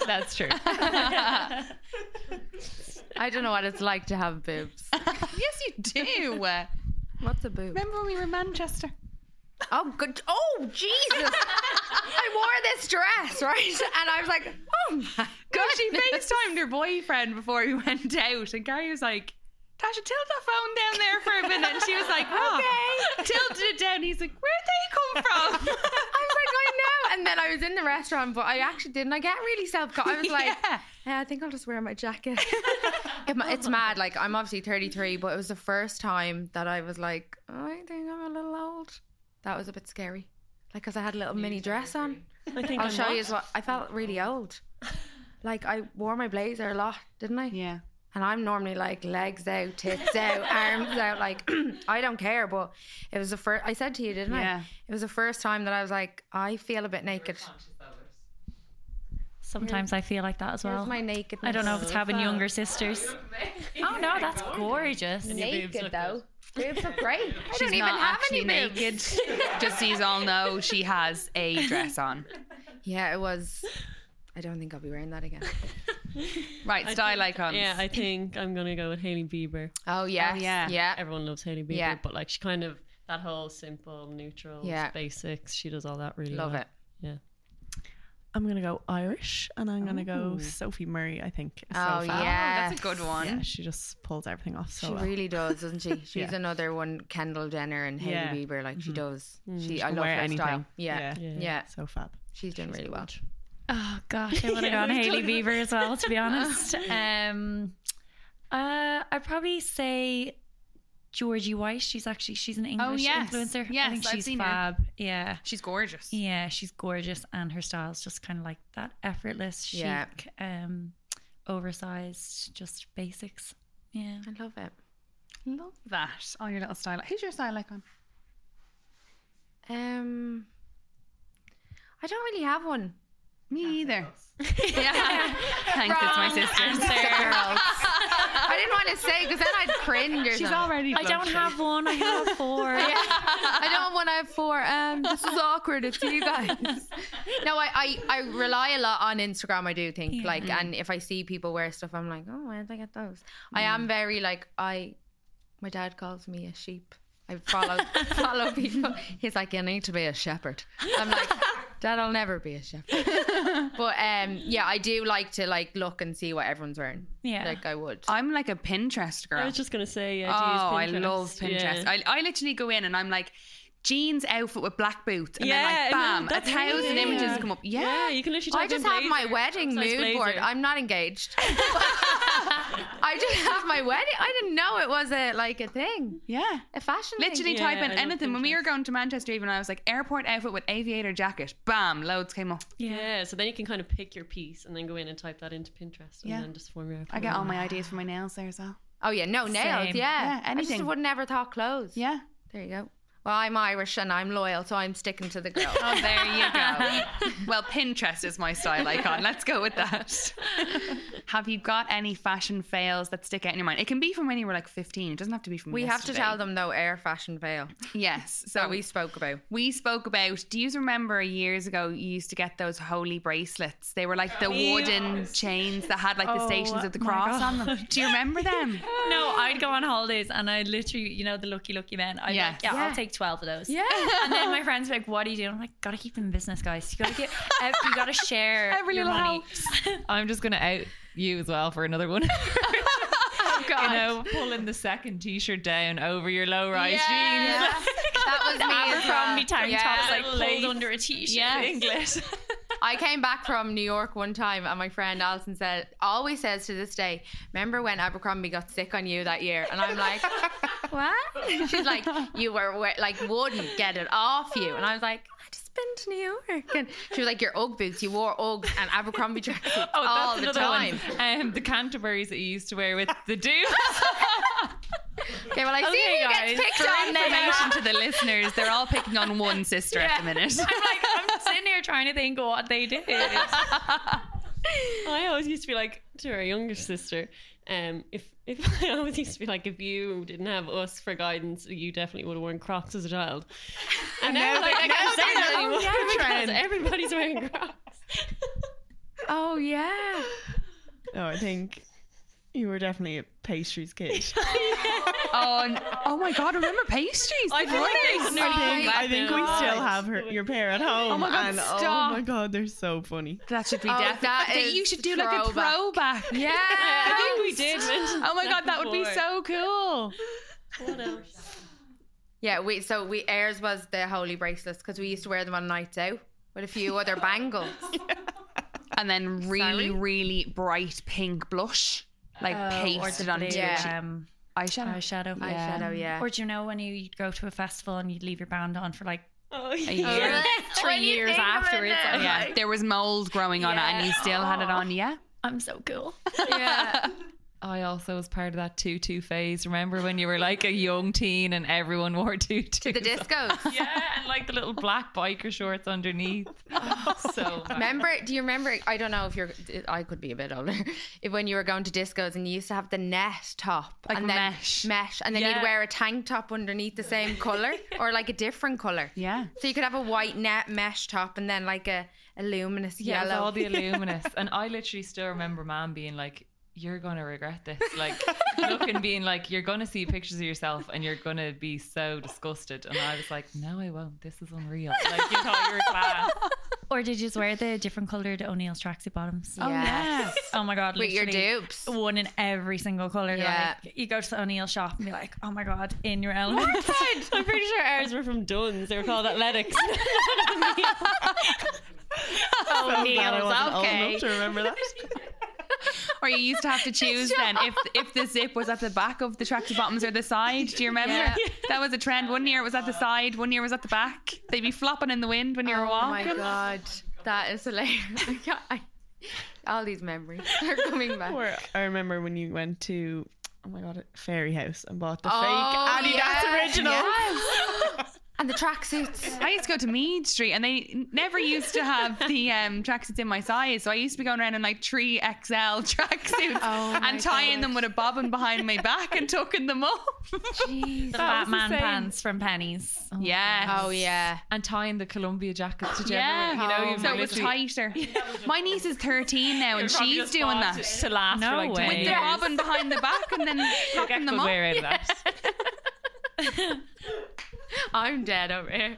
Speaker 5: that's true.
Speaker 2: I don't know what it's like to have boobs.
Speaker 1: yes, you do. Remember
Speaker 2: What's a boob?
Speaker 1: when we were in Manchester?
Speaker 2: Oh, good. Oh, Jesus. I wore this dress, right? And I was like, oh my
Speaker 1: God,
Speaker 2: God.
Speaker 1: she FaceTimed her boyfriend before we went out, and Gary was like, Tasha, tilt that phone down there for a minute. And she was like, okay. Tilted it down. He's like, where'd they come from?
Speaker 2: I was like, I know. And then I was in the restaurant, but I actually didn't. I get really self conscious. I was like,
Speaker 1: Yeah.
Speaker 2: yeah, I think I'll just wear my jacket. It ma- it's mad. Like, I'm obviously 33, but it was the first time that I was like, I think I'm a little old. That was a bit scary. Like, because I had a little mini dress on.
Speaker 4: I think
Speaker 2: I'll
Speaker 4: I'm
Speaker 2: show
Speaker 4: not.
Speaker 2: you as well. I felt really old. Like, I wore my blazer a lot, didn't I?
Speaker 1: Yeah.
Speaker 2: And I'm normally like legs out, tits out, arms out. Like I don't care, but it was the first. I said to you, didn't
Speaker 1: Yeah.
Speaker 2: I? It was the first time that I was like, I feel a bit naked.
Speaker 3: Sometimes I feel like that as well.
Speaker 2: Here's my nakedness.
Speaker 3: I don't know if it's having younger sisters. Oh no, that's gorgeous.
Speaker 4: Your boobs look good.
Speaker 2: Boobs are great. I
Speaker 1: She's
Speaker 2: don't even
Speaker 1: not
Speaker 2: have
Speaker 1: actually
Speaker 2: any boobs.
Speaker 1: naked. Just so you all know, she has a dress on.
Speaker 2: Yeah, it was. I don't think I'll be wearing that again.
Speaker 1: Right, style icons.
Speaker 4: Yeah, I think I'm gonna go with Hailey Bieber.
Speaker 2: Oh yes.
Speaker 1: yeah.
Speaker 2: Yeah.
Speaker 4: Everyone loves Hailey Bieber,
Speaker 2: Yeah.
Speaker 4: but like she kind of that whole simple, neutral
Speaker 2: Yeah.
Speaker 4: basics. She does all that really
Speaker 2: Love
Speaker 4: well.
Speaker 2: it.
Speaker 6: I'm gonna go Irish, and I'm gonna go Sophie Murray. I think. is so
Speaker 2: Oh
Speaker 6: fab.
Speaker 2: yeah.
Speaker 1: That's a good one.
Speaker 6: Yeah, she just pulls everything off so
Speaker 2: She
Speaker 6: Oh, well.
Speaker 2: really does, doesn't she? She's
Speaker 6: Yeah.
Speaker 2: another one, Kendall Jenner and Hailey
Speaker 6: Yeah.
Speaker 2: Bieber. Like she does. She, I
Speaker 6: Can
Speaker 2: love her
Speaker 6: wear anything.
Speaker 2: style. Yeah.
Speaker 6: yeah,
Speaker 2: yeah,
Speaker 6: so fab.
Speaker 2: She's doing really well.
Speaker 3: Oh gosh, I would have gone Haley Beaver as well, to be
Speaker 1: Oh,
Speaker 3: honest. Um, uh, I'd probably say Georgie White. She's actually she's an English
Speaker 1: Oh, yes.
Speaker 3: influencer.
Speaker 1: Yes,
Speaker 3: I think
Speaker 1: I've
Speaker 3: she's
Speaker 1: seen her.
Speaker 3: fab. Yeah.
Speaker 1: She's gorgeous.
Speaker 3: Yeah, she's gorgeous and her style's just kind of like that effortless, chic,
Speaker 2: Yeah.
Speaker 3: um, oversized, just basics. Yeah.
Speaker 2: I love it.
Speaker 1: Love that. Oh, your little style. Who's your style icon?
Speaker 2: Um, I don't really have one.
Speaker 1: Me either. yeah. Thanks, it's my sister.
Speaker 2: I didn't want to say because then I'd cringe. Or
Speaker 1: She's
Speaker 2: something.
Speaker 1: already.
Speaker 3: I don't
Speaker 1: blushing.
Speaker 3: have one. I have four.
Speaker 2: I don't want to have four. Um, this is awkward. It's you guys. No, I, I, I rely a lot on Instagram. I do think
Speaker 3: Yeah.
Speaker 2: like, and if I see people wear stuff, I'm like, oh, where did I get those? I am very like, I, my dad calls me a sheep. I follow follow people. He's like, you need to be a shepherd. I'm like, dad, I'll never be a shepherd. but um, yeah, I do like to like look and see what everyone's wearing.
Speaker 3: Yeah.
Speaker 1: Oh,
Speaker 2: like I would.
Speaker 1: I'm like a Pinterest girl.
Speaker 4: I was just gonna say, uh, yeah,
Speaker 1: oh,
Speaker 4: do you use
Speaker 1: I
Speaker 4: Pinterest?
Speaker 1: love Pinterest.
Speaker 4: Yeah.
Speaker 1: I, I literally go in and I'm like jeans outfit with black boots, and
Speaker 4: Yeah,
Speaker 1: then like
Speaker 4: no,
Speaker 1: bam, a
Speaker 4: that's
Speaker 1: thousand
Speaker 4: amazing.
Speaker 1: images come up. Yeah. Oh,
Speaker 4: Yeah, you can literally.
Speaker 2: I
Speaker 4: type in
Speaker 2: just have my
Speaker 4: blazer,
Speaker 2: wedding
Speaker 4: oversized
Speaker 2: mood board.
Speaker 4: blazer.
Speaker 2: I'm not engaged. I just have my wedding. I didn't know it was a like a thing,
Speaker 1: yeah.
Speaker 2: a fashion. thing.
Speaker 1: Literally
Speaker 4: Yeah,
Speaker 1: type
Speaker 4: I
Speaker 1: in
Speaker 4: love
Speaker 1: anything. When we were
Speaker 4: Pinterest.
Speaker 1: going to Manchester, even I was like airport outfit with aviator jacket. Bam, loads came up.
Speaker 4: Yeah, so then you can kind of pick your piece and then go in and type that into Pinterest and
Speaker 1: Yeah.
Speaker 4: then just form your.
Speaker 1: I get all my ideas for my nails there as well.
Speaker 2: Oh yeah, no nails.
Speaker 3: Same.
Speaker 2: Yeah,
Speaker 1: Yeah,
Speaker 2: I
Speaker 1: anything.
Speaker 2: just would never thought clothes.
Speaker 1: Yeah.
Speaker 2: there you go. Well, I'm Irish and I'm loyal, so I'm sticking to the girl.
Speaker 1: Oh, there you go. well, Pinterest is my style icon. Let's go with that. Have you got any fashion fails that stick out in your mind? It can be from when you were like 15. It doesn't have to be from
Speaker 2: we have to
Speaker 1: yesterday.
Speaker 2: tell them though, air fashion veil
Speaker 1: Yes. So
Speaker 2: that
Speaker 1: we
Speaker 2: we spoke about.
Speaker 1: we spoke about. Do you remember years ago you used to get those holy bracelets? They were like the wooden chains that had like the
Speaker 3: Oh,
Speaker 1: stations of the
Speaker 3: my
Speaker 1: cross
Speaker 3: God.
Speaker 1: on them. Do you remember them?
Speaker 3: No, I'd go on holidays and I literally, you know, the lucky, lucky men. I'm
Speaker 1: Yes.
Speaker 3: like, yeah,
Speaker 2: Yeah.
Speaker 3: I'll take 12 of those. Yeah. And then my friends were like, what are you doing? I'm like, gotta keep in business, guys. You gotta get, ev- you gotta share
Speaker 1: Every
Speaker 3: your
Speaker 1: little
Speaker 3: money.
Speaker 5: I'm just gonna out you as well for another one.
Speaker 1: Oh God.
Speaker 5: you know, pulling the second t-shirt down over your low-rise jeans.
Speaker 2: That was me. as well.
Speaker 3: Abercrombie tank
Speaker 2: Yeah.
Speaker 3: tops like
Speaker 5: lace.
Speaker 3: pulled under a t-shirt.
Speaker 5: English.
Speaker 2: I came back from New York one time, and my friend Alison said, always says to this day, "Remember when Abercrombie got sick on you that year?" And I'm like, "What?" She's like, "You were we- like wouldn't get it off you," and I was like. "I just been to New York, and she was like, "Your Ugg boots. You wore Uggs and Abercrombie jackets all the time."
Speaker 5: Oh, One. Um, the Canterbury's that you used to wear with the do.
Speaker 2: Okay, well, I see who
Speaker 1: guys,
Speaker 2: gets picked
Speaker 1: for
Speaker 2: on then.
Speaker 1: information to the listeners, they're all picking on one sister at the minute.
Speaker 3: I'm like, I'm sitting here trying to think of what they did.
Speaker 4: I always used to be like to our younger sister. Um, if if I always used to be like, if you didn't have us for guidance, you definitely would have worn Crocs as a child. And now, like, I can't say that anymore because everybody's wearing Crocs.
Speaker 2: Oh yeah.
Speaker 6: No, I think you were definitely a pastries kid.
Speaker 1: Oh, n- oh my God! Remember pastries?
Speaker 4: I
Speaker 1: The
Speaker 4: feel like
Speaker 1: boys.
Speaker 4: there's
Speaker 2: nearly
Speaker 1: Oh,
Speaker 2: been
Speaker 6: I think we still
Speaker 4: God.
Speaker 6: have her, your pair at home.
Speaker 1: my God,
Speaker 6: and,
Speaker 1: stop.
Speaker 6: Oh my god, they're so funny.
Speaker 1: That should be
Speaker 2: Oh,
Speaker 1: definitely.
Speaker 2: that is
Speaker 1: you should do like a
Speaker 2: throwback.
Speaker 1: throwback.
Speaker 2: Yeah.
Speaker 4: I think we did. mention
Speaker 1: Oh my god, that would be
Speaker 4: before.
Speaker 1: so cool.
Speaker 4: What else?
Speaker 2: Yeah, we so we ours was the holy bracelets because we used to wear them on nights out with a few other bangles.
Speaker 1: And then really, really bright pink blush, like
Speaker 2: Oh,
Speaker 1: pasted onto your
Speaker 2: Yeah.
Speaker 1: cheek.
Speaker 3: um,
Speaker 1: eyeshadow.
Speaker 3: eyeshadow.
Speaker 2: Eyeshadow, yeah.
Speaker 3: Or do you know when you go to a festival and you'd leave your band on for like
Speaker 4: Oh,
Speaker 1: A
Speaker 4: yeah.
Speaker 1: year.
Speaker 3: three years after it's like,
Speaker 1: Yeah, there was mold growing on it, and you still had it
Speaker 2: Oh.
Speaker 1: on. Yeah,
Speaker 3: I'm so cool.
Speaker 2: yeah.
Speaker 5: I also was part of that tutu phase. Remember when you were like a young teen and everyone wore tutus?
Speaker 2: To the discos.
Speaker 5: Yeah, and like the little black biker shorts underneath. so bad.
Speaker 2: Remember? Do you remember? I don't know if you're. I could be a bit older. If when you were going to discos and you used to have the net top,
Speaker 1: Like
Speaker 2: and then
Speaker 1: mesh.
Speaker 2: mesh, and then you'd
Speaker 5: Yeah.
Speaker 2: wear a tank top underneath the same color or like a different color.
Speaker 1: yeah.
Speaker 2: So you could have a white net mesh top and then like a, a luminous
Speaker 5: Yeah, it was
Speaker 2: yellow.
Speaker 5: all the illuminous. and I literally still remember mom being like, You're gonna regret this. Like looking being like, You're gonna see pictures of yourself and you're gonna be so disgusted. And I was like, No, I won't. This is unreal. Like you thought you were class.
Speaker 3: Or did you just wear the different coloured O'Neill's tracksuit bottoms?
Speaker 2: Oh, yeah.
Speaker 3: Oh my god,
Speaker 2: With your
Speaker 3: literally
Speaker 2: dupes.
Speaker 3: One in every single colour.
Speaker 2: Yeah.
Speaker 3: Like you go to the O'Neill shop and be like, Oh my god, in your element.
Speaker 4: I'm pretty sure ours were from Duns. They were called Athletics.
Speaker 6: Oh, so glad I wasn't
Speaker 1: okay.
Speaker 6: old enough to remember that.
Speaker 1: Or you used to have to choose then if if the zip was at the back of the tracksuit bottoms or the side. Do you remember?
Speaker 2: Yeah.
Speaker 1: That was a trend. One year it was at the side, one year it was at the back. They'd be flopping in the wind when you were
Speaker 2: Oh
Speaker 1: walking.
Speaker 2: my god, that is hilarious! I can't- I- all these memories are coming back.
Speaker 6: Or I remember when you went to oh my god, Fairy House and bought the
Speaker 2: Oh,
Speaker 6: fake Adidas
Speaker 2: yes,
Speaker 6: original.
Speaker 2: yes. and the tracksuits.
Speaker 1: I used to go to Mead Street and they n- never used to have the um, tracksuits in my size. So I used to be going around in like three XL tracksuits
Speaker 2: Oh my
Speaker 1: and tying
Speaker 2: God.
Speaker 1: them with a bobbin behind my back and tucking them up.
Speaker 3: The
Speaker 6: That was the
Speaker 3: Batman
Speaker 6: same.
Speaker 3: pants from Pennies.
Speaker 1: yes.
Speaker 2: Oh yeah.
Speaker 5: and tying the Columbia jackets together.
Speaker 1: Yeah,
Speaker 5: you know,
Speaker 2: Oh
Speaker 5: you've
Speaker 1: so it was
Speaker 5: literally-
Speaker 1: tighter. My niece is 13 now and she's doing that.
Speaker 5: to last
Speaker 3: No
Speaker 5: for like 20
Speaker 3: way.
Speaker 1: With the
Speaker 5: years.
Speaker 1: bobbin behind the back and then propping
Speaker 5: Get
Speaker 1: them
Speaker 5: good
Speaker 1: up.
Speaker 5: wear out of that.
Speaker 2: I'm dead over here. Every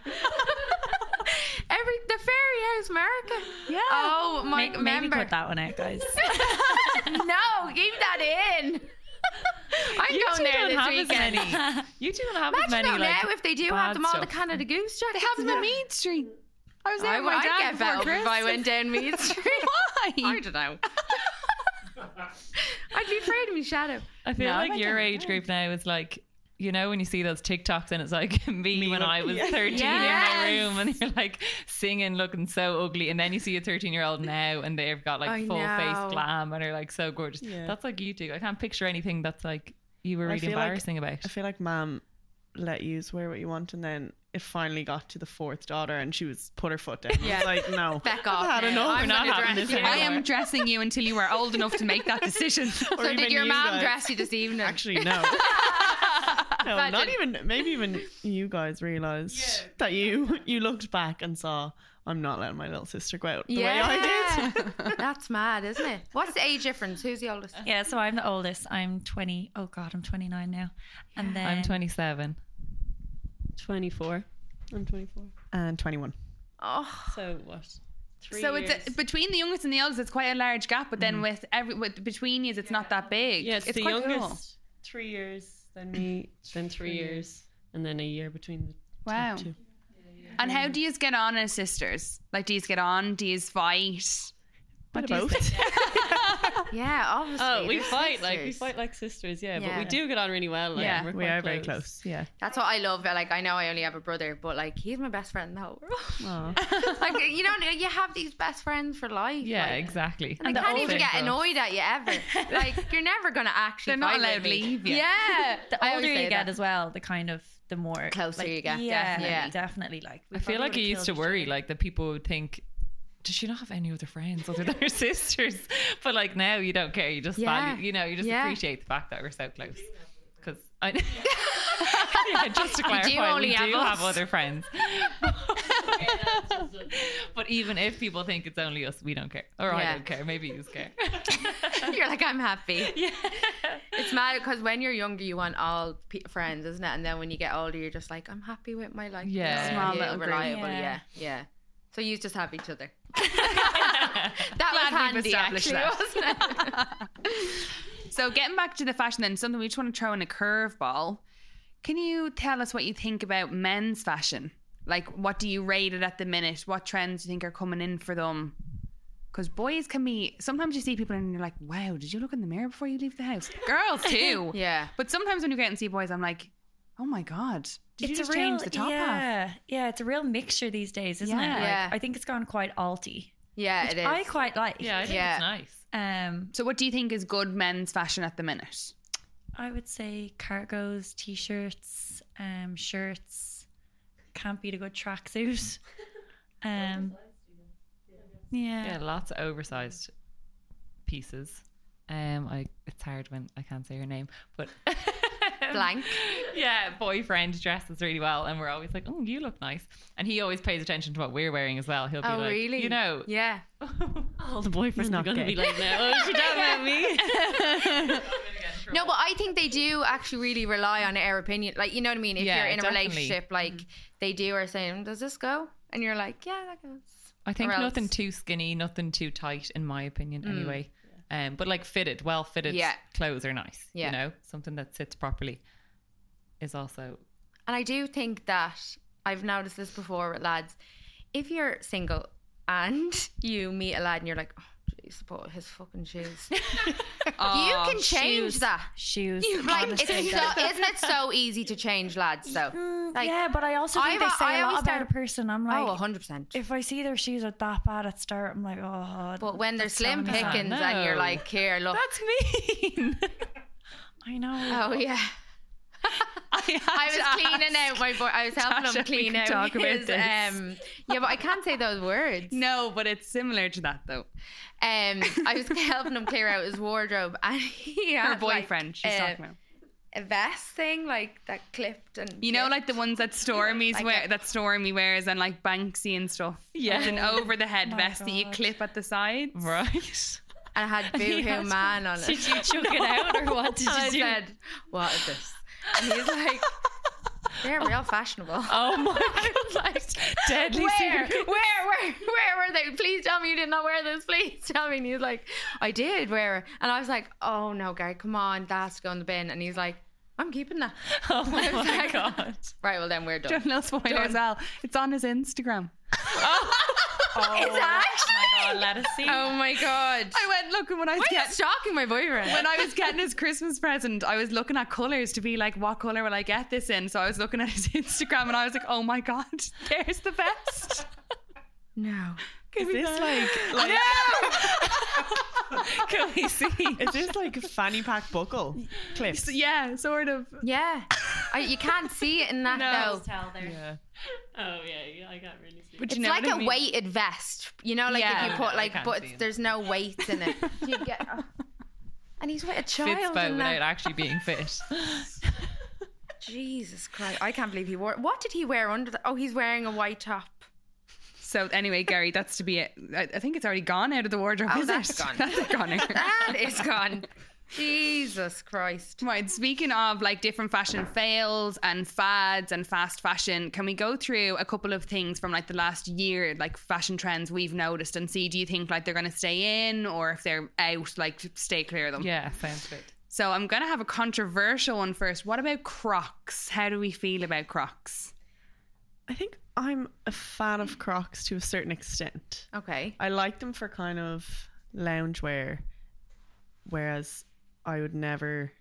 Speaker 2: the fairy house market.
Speaker 3: Yeah.
Speaker 2: Oh my
Speaker 3: Maybe
Speaker 2: member.
Speaker 3: cut that one out, guys.
Speaker 2: no, keep that in. I'm
Speaker 5: You two
Speaker 2: going there
Speaker 5: don't
Speaker 2: this
Speaker 5: have as
Speaker 2: weekend.
Speaker 5: many. You do not have as
Speaker 2: Imagine
Speaker 5: many.
Speaker 2: though
Speaker 5: like,
Speaker 2: now if they do
Speaker 5: bad
Speaker 2: have them all the
Speaker 5: stuff.
Speaker 2: Canada Goose
Speaker 1: They
Speaker 2: jackets.
Speaker 1: have them
Speaker 2: now.
Speaker 1: at Mead Street. I was there
Speaker 2: I
Speaker 1: with my
Speaker 2: would
Speaker 1: dad
Speaker 2: get
Speaker 1: before
Speaker 2: fed up if I
Speaker 1: Christmas.
Speaker 2: went down Mead Street.
Speaker 1: Why?
Speaker 2: don't know. I'd be afraid of me shadow.
Speaker 5: I feel
Speaker 2: No,
Speaker 5: like
Speaker 2: imagine
Speaker 5: your age group now is like, you know, when you see those TikToks and it's like me, when I was 13 in
Speaker 2: Yes.
Speaker 5: my room and you're like singing, looking so ugly. And then you see a 13 year old now and they've got like
Speaker 2: I
Speaker 5: full
Speaker 2: know.
Speaker 5: face glam and are like so gorgeous.
Speaker 6: Yeah.
Speaker 5: That's like you do. I can't picture anything that's like you were
Speaker 6: I
Speaker 5: really
Speaker 6: feel like-
Speaker 5: embarrassing
Speaker 6: I feel like mom let you wear what you want, and then it finally got to the fourth daughter, and she was put her foot down.
Speaker 2: Yeah.
Speaker 6: Yeah, like no,
Speaker 2: Back off.
Speaker 6: had
Speaker 2: now.
Speaker 6: enough.
Speaker 2: I'm
Speaker 5: We're not
Speaker 2: gonna
Speaker 5: having
Speaker 2: dress
Speaker 5: this
Speaker 2: you.
Speaker 1: I am dressing you until you are old enough to make that decision.
Speaker 6: Or
Speaker 2: So
Speaker 6: even
Speaker 2: did your
Speaker 6: you
Speaker 2: mom
Speaker 6: guys.
Speaker 2: dress you this evening?
Speaker 6: Actually, no. No, not
Speaker 2: Imagine.
Speaker 6: even. Maybe even you guys realized that you you looked back and saw I'm not letting my little sister go out the way I did.
Speaker 2: That's mad, isn't it? What's the age difference? Who's the oldest?
Speaker 3: yeah, so I'm the oldest. I'm 20. Oh, God, I'm 29 now. And then
Speaker 5: I'm 27.
Speaker 4: 24. I'm 24.
Speaker 6: And 21.
Speaker 2: Oh,
Speaker 4: So what? Three
Speaker 1: so
Speaker 4: years.
Speaker 1: it's between the youngest and the oldest. It's quite a large gap, but then with every with between years, it's not that big.
Speaker 4: Mm. yeah, it's, the
Speaker 1: quite
Speaker 4: youngest.
Speaker 1: cool.
Speaker 4: Three years, then me, then three years, and then a year between the
Speaker 1: Wow.
Speaker 4: two.
Speaker 1: And how do you get on as sisters? Like, do you get on? Do you fight?
Speaker 6: Bit of both.
Speaker 2: yeah, obviously.
Speaker 4: Oh, we
Speaker 2: they're
Speaker 4: fight like we
Speaker 2: sisters.
Speaker 4: fight like sisters, yeah. But
Speaker 2: Yeah.
Speaker 4: we do get on really well. Like,
Speaker 1: Yeah.
Speaker 4: we're
Speaker 6: we
Speaker 4: quite
Speaker 6: are very close. Yeah.
Speaker 2: That's what I love. Like, I know I only have a brother, but like, he's my best friend in the whole world. like, you don't know, you have these best friends for life.
Speaker 5: Yeah,
Speaker 2: like,
Speaker 5: exactly.
Speaker 2: And they
Speaker 5: the
Speaker 2: can't even
Speaker 5: oldest
Speaker 2: get
Speaker 5: girl.
Speaker 2: annoyed at you ever. Like you're never gonna actually.
Speaker 1: They're not
Speaker 2: fight with
Speaker 1: allowed to
Speaker 2: me.
Speaker 1: leave you.
Speaker 2: Yeah,
Speaker 3: the
Speaker 2: I
Speaker 3: older
Speaker 2: always
Speaker 3: you
Speaker 2: say
Speaker 3: get
Speaker 2: that.
Speaker 3: as well, the kind of the more
Speaker 2: Closer you get,
Speaker 3: Yeah,
Speaker 2: definitely. Yeah.
Speaker 3: definitely. Like we
Speaker 5: I feel
Speaker 3: probably
Speaker 5: like
Speaker 3: would've
Speaker 5: you used to
Speaker 3: killed each
Speaker 5: worry
Speaker 3: other.
Speaker 5: like that people would think, does she not have any other friends other than her sisters? But like now you don't care. You just
Speaker 2: Yeah.
Speaker 5: value, you know, you just
Speaker 2: Yeah.
Speaker 5: appreciate the fact that we're so close. Because I, yeah, just to clarify,
Speaker 2: only
Speaker 5: we
Speaker 2: have
Speaker 5: do
Speaker 2: us.
Speaker 5: have other friends. but even if people think it's only us, we don't care, or I
Speaker 2: Yeah.
Speaker 5: don't care. Maybe you care.
Speaker 2: you're like, I'm happy. Yeah. It's mad because when you're younger, you want all pe- friends, isn't it? And then when you get older, you're just like, I'm happy with my life.
Speaker 5: Yeah.
Speaker 1: Small little group.
Speaker 2: reliable.
Speaker 3: Yeah.
Speaker 2: Yeah, yeah. So you just have each other. that
Speaker 1: Glad
Speaker 2: was
Speaker 1: we've
Speaker 2: handy,
Speaker 1: established
Speaker 2: actually,
Speaker 1: that.
Speaker 2: wasn't it?
Speaker 1: So getting back to the fashion, then something we just want to throw in a curveball. Can you tell us what you think about men's fashion? Like, what do you rate it at the minute? What trends do you think are coming in for them? Because boys can be. Sometimes you see people and you're like, "Wow, did you look in the mirror before you leave the house?" Girls too.
Speaker 2: yeah.
Speaker 1: But sometimes when you get and see boys, I'm like, "Oh my god, did you
Speaker 3: It's a
Speaker 1: just
Speaker 3: real,
Speaker 1: change the top half?"
Speaker 3: yeah, yeah. It's a real mixture these days, isn't it?
Speaker 1: Yeah.
Speaker 3: Like,
Speaker 2: Yeah.
Speaker 3: I think it's gone quite alty.
Speaker 2: Yeah, it
Speaker 3: which
Speaker 2: is.
Speaker 3: I quite like.
Speaker 5: Yeah, I think
Speaker 2: Yeah.
Speaker 5: it's nice.
Speaker 3: Um,
Speaker 1: So, what do you think is good men's fashion at the minute?
Speaker 3: I would say cargos, t-shirts, um, shirts. Can't beat a good tracksuit. Um,
Speaker 5: Yeah,
Speaker 3: yeah.
Speaker 5: lots of oversized pieces. Um, I it's hard when I can't say her name, but
Speaker 2: Blank.
Speaker 5: yeah, boyfriend dresses really well, and we're always like, "Oh, you look nice," and he always pays attention to what we're wearing as well. He'll be
Speaker 2: Oh,
Speaker 5: like,
Speaker 2: really?
Speaker 5: "You know,
Speaker 2: Yeah.
Speaker 4: All the boyfriends are
Speaker 6: not
Speaker 4: gonna
Speaker 6: gay.
Speaker 4: be like, no, she don't know me.
Speaker 2: No, but I think they do actually really rely on our opinion. Like, you know what I mean? If
Speaker 5: Yeah,
Speaker 2: you're in a
Speaker 5: definitely.
Speaker 2: relationship, like, they do are saying, Does this go? And you're like, Yeah, that goes.
Speaker 5: I think
Speaker 2: Or else- Mm.
Speaker 5: nothing too skinny, nothing too tight, in my opinion, anyway. Um, but like fitted, well fitted
Speaker 2: Yeah.
Speaker 5: clothes are nice.
Speaker 2: Yeah.
Speaker 5: you know, something that sits properly is also
Speaker 2: And I do think that I've noticed this before with lads. If you're single and you meet a lad and you're like, Oh, jeez, but his fucking shoes. you
Speaker 1: Aw,
Speaker 2: can change
Speaker 3: shoes.
Speaker 2: that.
Speaker 3: Shoes.
Speaker 2: Like, it's
Speaker 3: honestly,
Speaker 2: so, isn't it so easy to change lads, though?
Speaker 3: Mm,
Speaker 2: Like,
Speaker 3: yeah, but I also think
Speaker 2: I've-
Speaker 3: they say
Speaker 2: I
Speaker 3: a
Speaker 2: always
Speaker 3: lot about
Speaker 2: start-
Speaker 3: a person. I'm like,
Speaker 2: Oh, 100%.
Speaker 3: if I see their shoes are that bad at start, I'm like, oh.
Speaker 2: but when they're
Speaker 3: that's telling
Speaker 2: slim
Speaker 3: me something.
Speaker 2: pickings and you're
Speaker 5: No.
Speaker 2: like, Here, look.
Speaker 5: that's mean.
Speaker 3: I know.
Speaker 2: Oh, yeah.
Speaker 1: I
Speaker 2: I was cleaning out my boy. I was helping
Speaker 1: Tasha, we
Speaker 2: him clean
Speaker 1: can
Speaker 2: out
Speaker 1: talk about
Speaker 2: his.
Speaker 1: this.
Speaker 2: Um, yeah, but I can't say those words.
Speaker 1: No, but it's similar to that though.
Speaker 2: Um, I was helping him clear out his wardrobe, and he had
Speaker 1: Her boyfriend,
Speaker 2: like,
Speaker 1: she's
Speaker 2: uh,
Speaker 1: talking about.
Speaker 2: a vest thing like that clipped and
Speaker 1: You know,
Speaker 2: clipped.
Speaker 1: like the ones that Stormy's
Speaker 2: Like
Speaker 1: wear,
Speaker 2: a-
Speaker 1: that Stormy wears, and like Banksy and stuff.
Speaker 5: Yeah.
Speaker 1: It's an over the head
Speaker 3: my
Speaker 1: vest that you
Speaker 3: God.
Speaker 1: clip at the sides.
Speaker 5: Right.
Speaker 2: and it had
Speaker 3: He
Speaker 2: boohoo
Speaker 3: has-
Speaker 2: man on it.
Speaker 3: Did you chuck it out or what did
Speaker 2: and I
Speaker 3: you do?
Speaker 2: said, "What is this?" And he's like, "They're real fashionable."
Speaker 5: Oh my god. Deadly
Speaker 2: Where?
Speaker 5: serious.
Speaker 2: where, where, where were they? Please tell me you did not wear this. Please tell me. And he's like, I did wear it. And I was like, oh no, Gary, come on, that's going in the bin. And he's like, I'm keeping that.
Speaker 5: Oh
Speaker 2: I was
Speaker 5: my
Speaker 2: like-
Speaker 5: god.
Speaker 2: Right, well then we're done.
Speaker 1: Don't know spoiler as well. It's on his Instagram.
Speaker 2: it's actually.
Speaker 5: let us see.
Speaker 2: Oh my god.
Speaker 1: I went look, and when I was
Speaker 2: Why are you
Speaker 1: getting
Speaker 2: stalking my boyfriend?
Speaker 1: when I was getting his Christmas present, I was looking at colors to be like, what color will I get this in? So I was looking at his Instagram, and I was like, oh my god, there's the vest.
Speaker 2: no.
Speaker 1: Is
Speaker 6: this like, like
Speaker 5: Can we see?
Speaker 6: is this like a fanny pack buckle clip?
Speaker 1: So, yeah, sort of.
Speaker 2: Yeah. I, you can't see it in that
Speaker 1: No.
Speaker 2: though.
Speaker 5: Yeah.
Speaker 4: Oh yeah, yeah, I can't really see.
Speaker 1: But
Speaker 2: It's
Speaker 1: you know
Speaker 2: like
Speaker 1: what
Speaker 2: a
Speaker 1: I mean?
Speaker 2: weighted vest. You know, like
Speaker 1: Yeah.
Speaker 2: if you
Speaker 5: No,
Speaker 2: put
Speaker 5: I
Speaker 2: like,
Speaker 5: can't
Speaker 2: but
Speaker 5: see it.
Speaker 2: there's no weight in it. You get, oh. And he's with a child.
Speaker 5: Fits boat
Speaker 2: in that.
Speaker 5: without actually being fit.
Speaker 2: Jesus Christ. I can't believe he wore What did he wear under the. Oh, he's wearing a white top.
Speaker 1: So anyway, Gary, that's to be it. I, I think it's already gone out of the wardrobe.
Speaker 2: Oh,
Speaker 1: is
Speaker 2: that's
Speaker 1: it?
Speaker 2: gone.
Speaker 1: That's gone.
Speaker 2: That is gone. Jesus Christ.
Speaker 1: Right. Speaking of like different fashion fails and fads and fast fashion, can we go through a couple of things from like the last year, like fashion trends we've noticed and see do you think like they're going to stay in or if they're out, like stay clear of them?
Speaker 5: yeah, sounds good.
Speaker 1: So I'm going to have a controversial one first. What about Crocs? How do we feel about Crocs?
Speaker 6: I think I'm a fan of Crocs to a certain extent.
Speaker 2: Okay.
Speaker 6: I like them for kind of loungewear, whereas I would never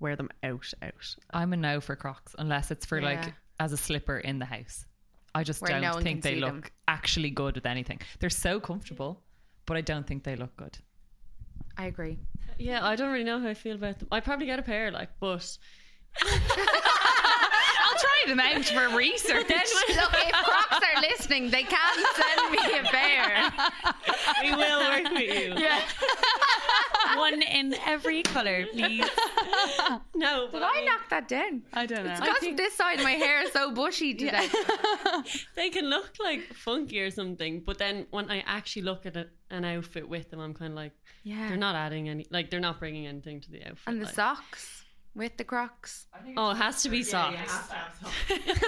Speaker 6: wear them out out.
Speaker 5: I'm a no for Crocs unless it's for
Speaker 2: Yeah.
Speaker 5: like as a slipper in the house. I just
Speaker 2: Where
Speaker 5: don't
Speaker 2: no one
Speaker 5: think
Speaker 2: can
Speaker 5: they
Speaker 2: see
Speaker 5: look
Speaker 2: them.
Speaker 5: actually good with anything. They're so comfortable, but I don't think they look good.
Speaker 2: I agree.
Speaker 4: Yeah, I don't really know how I feel about them. I probably get a pair, like, but
Speaker 1: I'll try them out for research.
Speaker 2: Look, if Crocs are listening, they can send me a bear.
Speaker 4: we will work with you.
Speaker 2: Yeah.
Speaker 3: One in every color, please.
Speaker 4: No, but I
Speaker 2: Why
Speaker 4: mean,
Speaker 2: knock that down?
Speaker 4: I don't know. I
Speaker 2: Because
Speaker 4: think
Speaker 2: this side of my hair is so bushy today.
Speaker 4: they can look like funky or something, but then when I actually look at a, an outfit with them, I'm kind of like,
Speaker 2: Yeah.
Speaker 4: they're not adding any, like they're not bringing anything to the outfit.
Speaker 2: and the
Speaker 4: like.
Speaker 2: socks with the Crocs.
Speaker 4: Oh, it has to be socks. it has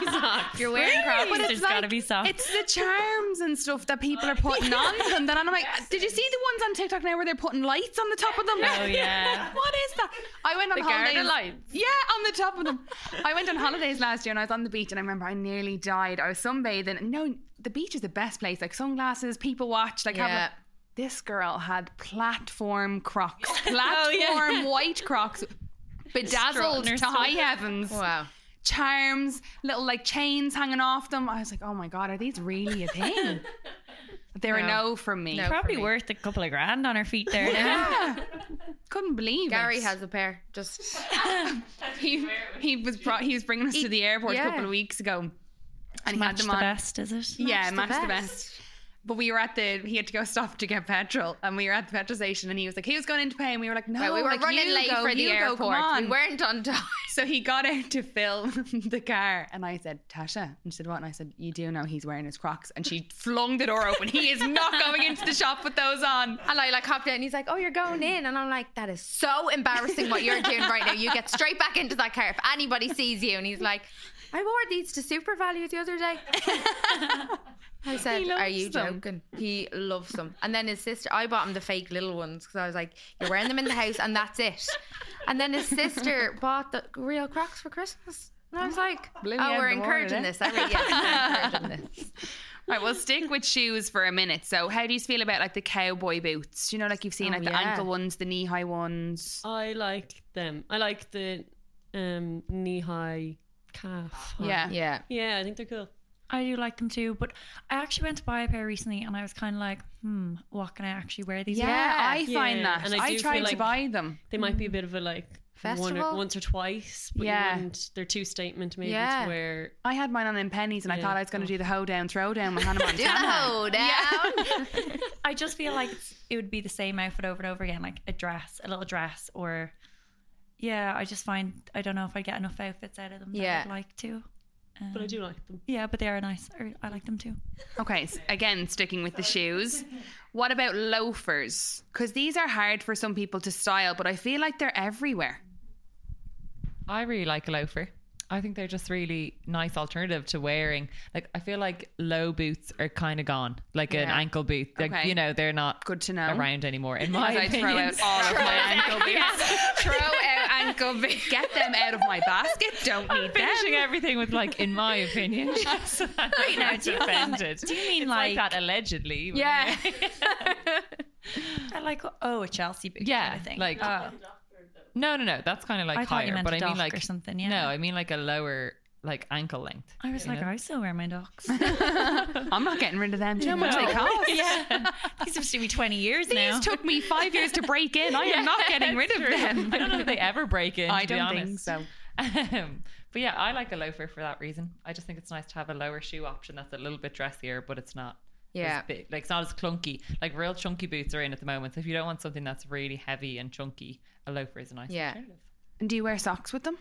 Speaker 4: be socks.
Speaker 2: You're wearing Crocs.
Speaker 1: But it's
Speaker 3: There's
Speaker 1: like-
Speaker 3: gotta be some.
Speaker 1: It's the charms and stuff that people are putting on them. Then I'm like, did you see the ones on TikTok now where they're putting lights on the top of them?
Speaker 3: Oh, yeah.
Speaker 1: what is that? I went on
Speaker 4: Garda
Speaker 1: holidays.
Speaker 4: lights.
Speaker 1: Yeah, on the top of them. I went on holidays last year and I was on the beach and I remember I nearly died. I was sunbathing. And you know, the beach is the best place. Like sunglasses, people watch. Like, have
Speaker 2: Yeah.
Speaker 1: a- this girl had platform Crocs, platform white Crocs, bedazzled
Speaker 3: Strutting
Speaker 1: to
Speaker 3: or
Speaker 1: high heavens
Speaker 2: Wow.
Speaker 1: charms, little like chains hanging off them. I was like, oh my god, are these really a thing? they were
Speaker 2: No.
Speaker 1: no from me.
Speaker 2: No.
Speaker 3: Probably
Speaker 2: for me.
Speaker 3: worth a couple of grand on her feet there. now.
Speaker 1: Yeah. Couldn't believe
Speaker 2: Gary
Speaker 1: it.
Speaker 2: has a pair. Just
Speaker 1: he, he was brought, he was bringing us to the airport
Speaker 2: yeah.
Speaker 1: a couple of weeks ago, and he had
Speaker 3: Match the
Speaker 1: them on.
Speaker 3: best, is it?
Speaker 1: Yeah,
Speaker 2: the
Speaker 1: match the best.
Speaker 2: best.
Speaker 1: But we were at the he had to go stop to get petrol, and we were at the petrol station, and he was like he was going in to pay, and we were like no,
Speaker 2: Right, we were
Speaker 1: Oh, like,
Speaker 2: running
Speaker 1: you
Speaker 2: late
Speaker 1: go,
Speaker 2: for the
Speaker 1: you go,
Speaker 2: airport.
Speaker 1: come on.
Speaker 2: We weren't on time.
Speaker 1: So he got out to film the car, and I said, Tasha. And she said, What? And I said, You do know he's wearing his Crocs. And she flung the door open. He is not going into the shop with those on.
Speaker 2: And I like hopped in. He's like, "Oh, you're going in," and I'm like, "That is so embarrassing what you're doing right now. You get straight back into that car if anybody sees you." And he's like, "I wore these to Super Value the other day." I said,
Speaker 1: He
Speaker 2: "Are
Speaker 1: loves
Speaker 2: you
Speaker 1: them.
Speaker 2: joking?" He loves them. And then his sister, I bought him the fake little ones because I was like, "You're wearing them in the house, and that's it." And then his sister bought the real Crocs for Christmas. And I was like,
Speaker 1: Blew me out
Speaker 2: "Oh,
Speaker 1: of
Speaker 2: we're
Speaker 1: the water
Speaker 2: encouraging
Speaker 1: there."
Speaker 2: this. I really, yes, we're encouraging this."
Speaker 1: Right, we'll stick with shoes for a minute. So, how do you feel about like the cowboy boots? You know, like you've seen
Speaker 2: Oh,
Speaker 1: like the
Speaker 2: yeah.
Speaker 1: ankle ones, the knee high ones.
Speaker 4: I like them. I like the um, knee high calf.
Speaker 1: Yeah.
Speaker 2: Yeah.
Speaker 4: Yeah, I think they're cool.
Speaker 3: I do like them too, but I actually went to buy a pair recently and I was kind of like, hmm, what can I actually wear these?
Speaker 1: Yeah,
Speaker 2: Yeah.
Speaker 1: I find
Speaker 4: Yeah.
Speaker 1: that.
Speaker 4: And I
Speaker 1: I,
Speaker 4: do
Speaker 1: tried
Speaker 4: feel
Speaker 1: to
Speaker 4: like-
Speaker 1: buy them.
Speaker 4: They might be a bit of a like
Speaker 2: Mm.
Speaker 4: one
Speaker 2: Festival?
Speaker 4: or, once or twice. But
Speaker 1: Yeah.
Speaker 4: yeah. They're two statement maybe
Speaker 2: Yeah.
Speaker 4: to where
Speaker 1: I had mine on in pennies, and I
Speaker 4: Yeah.
Speaker 1: thought I was going to do the hoedown, throwdown with Hannah
Speaker 2: Do
Speaker 1: Montana.
Speaker 2: the hoe down.
Speaker 3: I just feel like it's, it would be the same outfit over and over again, like a dress, a little dress, or yeah. I just find I don't know if I get enough outfits out of them.
Speaker 2: Yeah.
Speaker 3: that I'd like to. Um,
Speaker 4: but I do like them.
Speaker 3: Yeah, but they are nice. Or I like them too.
Speaker 1: Okay, s- again, sticking with the shoes. What about loafers? Because these are hard for some people to style, but I feel like they're everywhere.
Speaker 5: I really like a loafer. I think they're just really nice alternative to wearing. Like I feel like low boots are kind of gone, like an
Speaker 2: Yeah.
Speaker 5: ankle boot. Like
Speaker 1: Okay.
Speaker 5: you know, they're not
Speaker 1: Good to know.
Speaker 5: around anymore. In my
Speaker 1: As I
Speaker 5: opinion,
Speaker 1: throw out all of my ankle boots.
Speaker 2: Throw out ankle boots.
Speaker 1: Get them out of my basket. Don't need them.
Speaker 5: finishing everything with like, in my opinion. Wait,
Speaker 3: now, do you mean- do you mean
Speaker 5: it's like,
Speaker 3: like-
Speaker 5: that allegedly? but-
Speaker 2: Yeah.
Speaker 3: I like oh a Chelsea boot.
Speaker 5: Yeah,
Speaker 3: kind of thing.
Speaker 5: like-
Speaker 3: oh,
Speaker 5: No, no, no. That's kind of like
Speaker 3: I thought
Speaker 5: higher,
Speaker 3: you meant
Speaker 5: but
Speaker 3: a
Speaker 5: I mean
Speaker 3: dock
Speaker 5: like
Speaker 3: or something. Yeah.
Speaker 5: no, I mean like a lower like ankle length.
Speaker 3: I was
Speaker 5: you
Speaker 3: like,
Speaker 5: know?
Speaker 3: I still wear my docs.
Speaker 1: I'm not getting rid of them. Do you know how much they cost?
Speaker 3: yeah, these have to be twenty years now.
Speaker 1: These took me five years to break in. I am not getting rid of them.
Speaker 5: I don't know if they ever break in.
Speaker 1: I
Speaker 5: to be
Speaker 1: don't think
Speaker 5: honest.
Speaker 1: so.
Speaker 5: Um, but yeah, I like a loafer for that reason. I just think it's nice to have a lower shoe option that's a little bit dressier, but it's not
Speaker 2: Yeah.
Speaker 5: as big. Like it's not as clunky. Like real chunky boots are in at the moment. So if you don't want something that's really heavy and chunky, a loafer is a nice
Speaker 2: Yeah.
Speaker 5: alternative.
Speaker 1: And do you wear socks with them?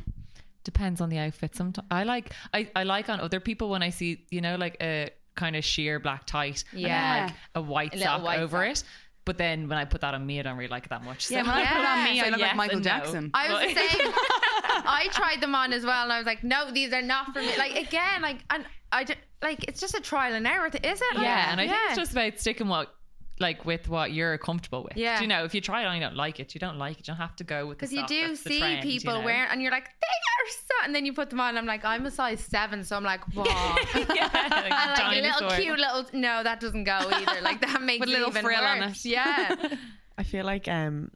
Speaker 5: Depends on the outfit. Sometimes I like I, I like on other people when I see you know like a kind of sheer black tight and then,
Speaker 2: Yeah.
Speaker 5: like a white
Speaker 2: A little
Speaker 5: sock
Speaker 2: white
Speaker 5: over
Speaker 2: sock.
Speaker 5: it. But then when I put that on me, I don't really like it that much. So.
Speaker 1: Yeah, when I put on me, I
Speaker 5: So
Speaker 1: look
Speaker 5: yes
Speaker 1: like Michael
Speaker 5: and no.
Speaker 1: Jackson.
Speaker 2: I was the same. I tried them on as well, and I was like, no, these are not for me. Like again, like and I d- like it's just a trial and error, th- is it? Like,
Speaker 5: Yeah, and I think it's just about sticking what like with what you're comfortable with.
Speaker 2: Yeah.
Speaker 5: Do you know, if you try it on, you don't like it. You don't like it. You don't have to go with the
Speaker 2: because you
Speaker 5: sock.
Speaker 2: do
Speaker 5: That's the
Speaker 2: see
Speaker 5: trend, you
Speaker 2: people
Speaker 5: know?
Speaker 2: wearing, and you're like, they are so. And then you put them on, and I'm like, I'm a size seven, so I'm like, wow.
Speaker 5: yeah, like
Speaker 2: And like a little
Speaker 5: dinosaur.
Speaker 2: cute little no, that doesn't go either. Like that makes
Speaker 1: With a
Speaker 2: it
Speaker 1: little
Speaker 2: even
Speaker 1: frill on
Speaker 2: worse.
Speaker 1: it.
Speaker 2: Yeah,
Speaker 6: I feel like um,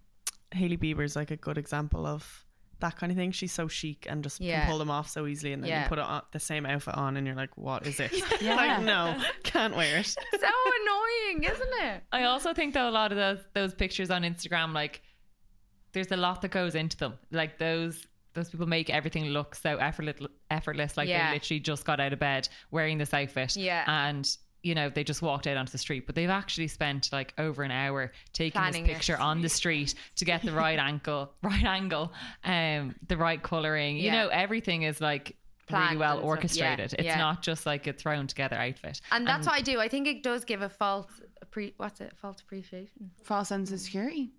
Speaker 6: Hailey Bieber is like a good example of that kind of thing. She's so chic and just
Speaker 2: Yeah.
Speaker 6: can pull them off so easily, and then
Speaker 2: Yeah.
Speaker 6: you put it on, the same outfit on, and you're like, "What is this?"
Speaker 1: Yeah.
Speaker 6: Like, no, can't wear it.
Speaker 2: so annoying, isn't it?
Speaker 5: I also think though a lot of those those pictures on Instagram, like there's a lot that goes into them. Like those those people make everything look so effortless, effortless. Like
Speaker 2: Yeah.
Speaker 5: they literally just got out of bed wearing this outfit,
Speaker 2: Yeah.
Speaker 5: and you know they just walked out onto the street. But they've actually spent like over an hour taking
Speaker 2: Planning it.
Speaker 5: this picture on the street to get the right ankle, right angle, um, the right coloring. You
Speaker 2: Yeah.
Speaker 5: know everything is like
Speaker 2: Planned
Speaker 5: really well
Speaker 2: and stuff. Yeah,
Speaker 5: orchestrated. It's
Speaker 2: yeah.
Speaker 5: not just like a thrown together outfit.
Speaker 2: And that's what I do. I think it does give a false appre- what's it? False appreciation.
Speaker 1: False sense of security.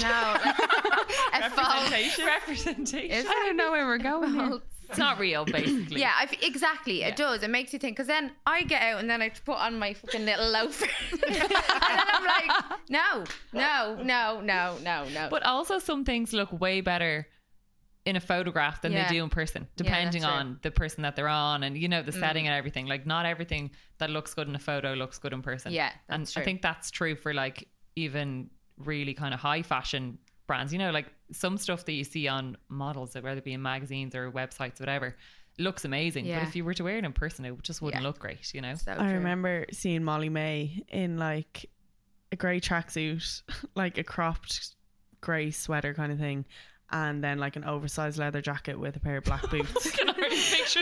Speaker 2: No, like, a false.
Speaker 5: Oh, representation.
Speaker 2: Is
Speaker 1: I don't know where we're going. here.
Speaker 2: false-
Speaker 5: It's not real, basically.
Speaker 2: Yeah, I f exactly. It does. It makes you think. Because then I get out and then I put on my fucking little loafer, and then I'm like, no, no, no, no, no, no.
Speaker 5: But also, some things look way better in a photograph than
Speaker 2: Yeah.
Speaker 5: they do in person, depending
Speaker 2: that's true. Mm.
Speaker 5: on the person that they're on and, you know, the setting and everything. Like, not everything that looks good in a photo looks good in person.
Speaker 2: Yeah,
Speaker 5: And
Speaker 2: that's true.
Speaker 5: I think that's true for like even really kind of high fashion brands. You know, like some stuff that you see on models, whether it be in magazines or websites, whatever, looks amazing.
Speaker 2: Yeah.
Speaker 5: But if you were to wear it in person, it just wouldn't
Speaker 2: Yeah.
Speaker 5: look great, you know?
Speaker 2: so
Speaker 6: I
Speaker 2: true.
Speaker 6: remember seeing Molly May in like a grey tracksuit, like a cropped grey sweater kind of thing, and then like an oversized leather jacket with a pair of black boots.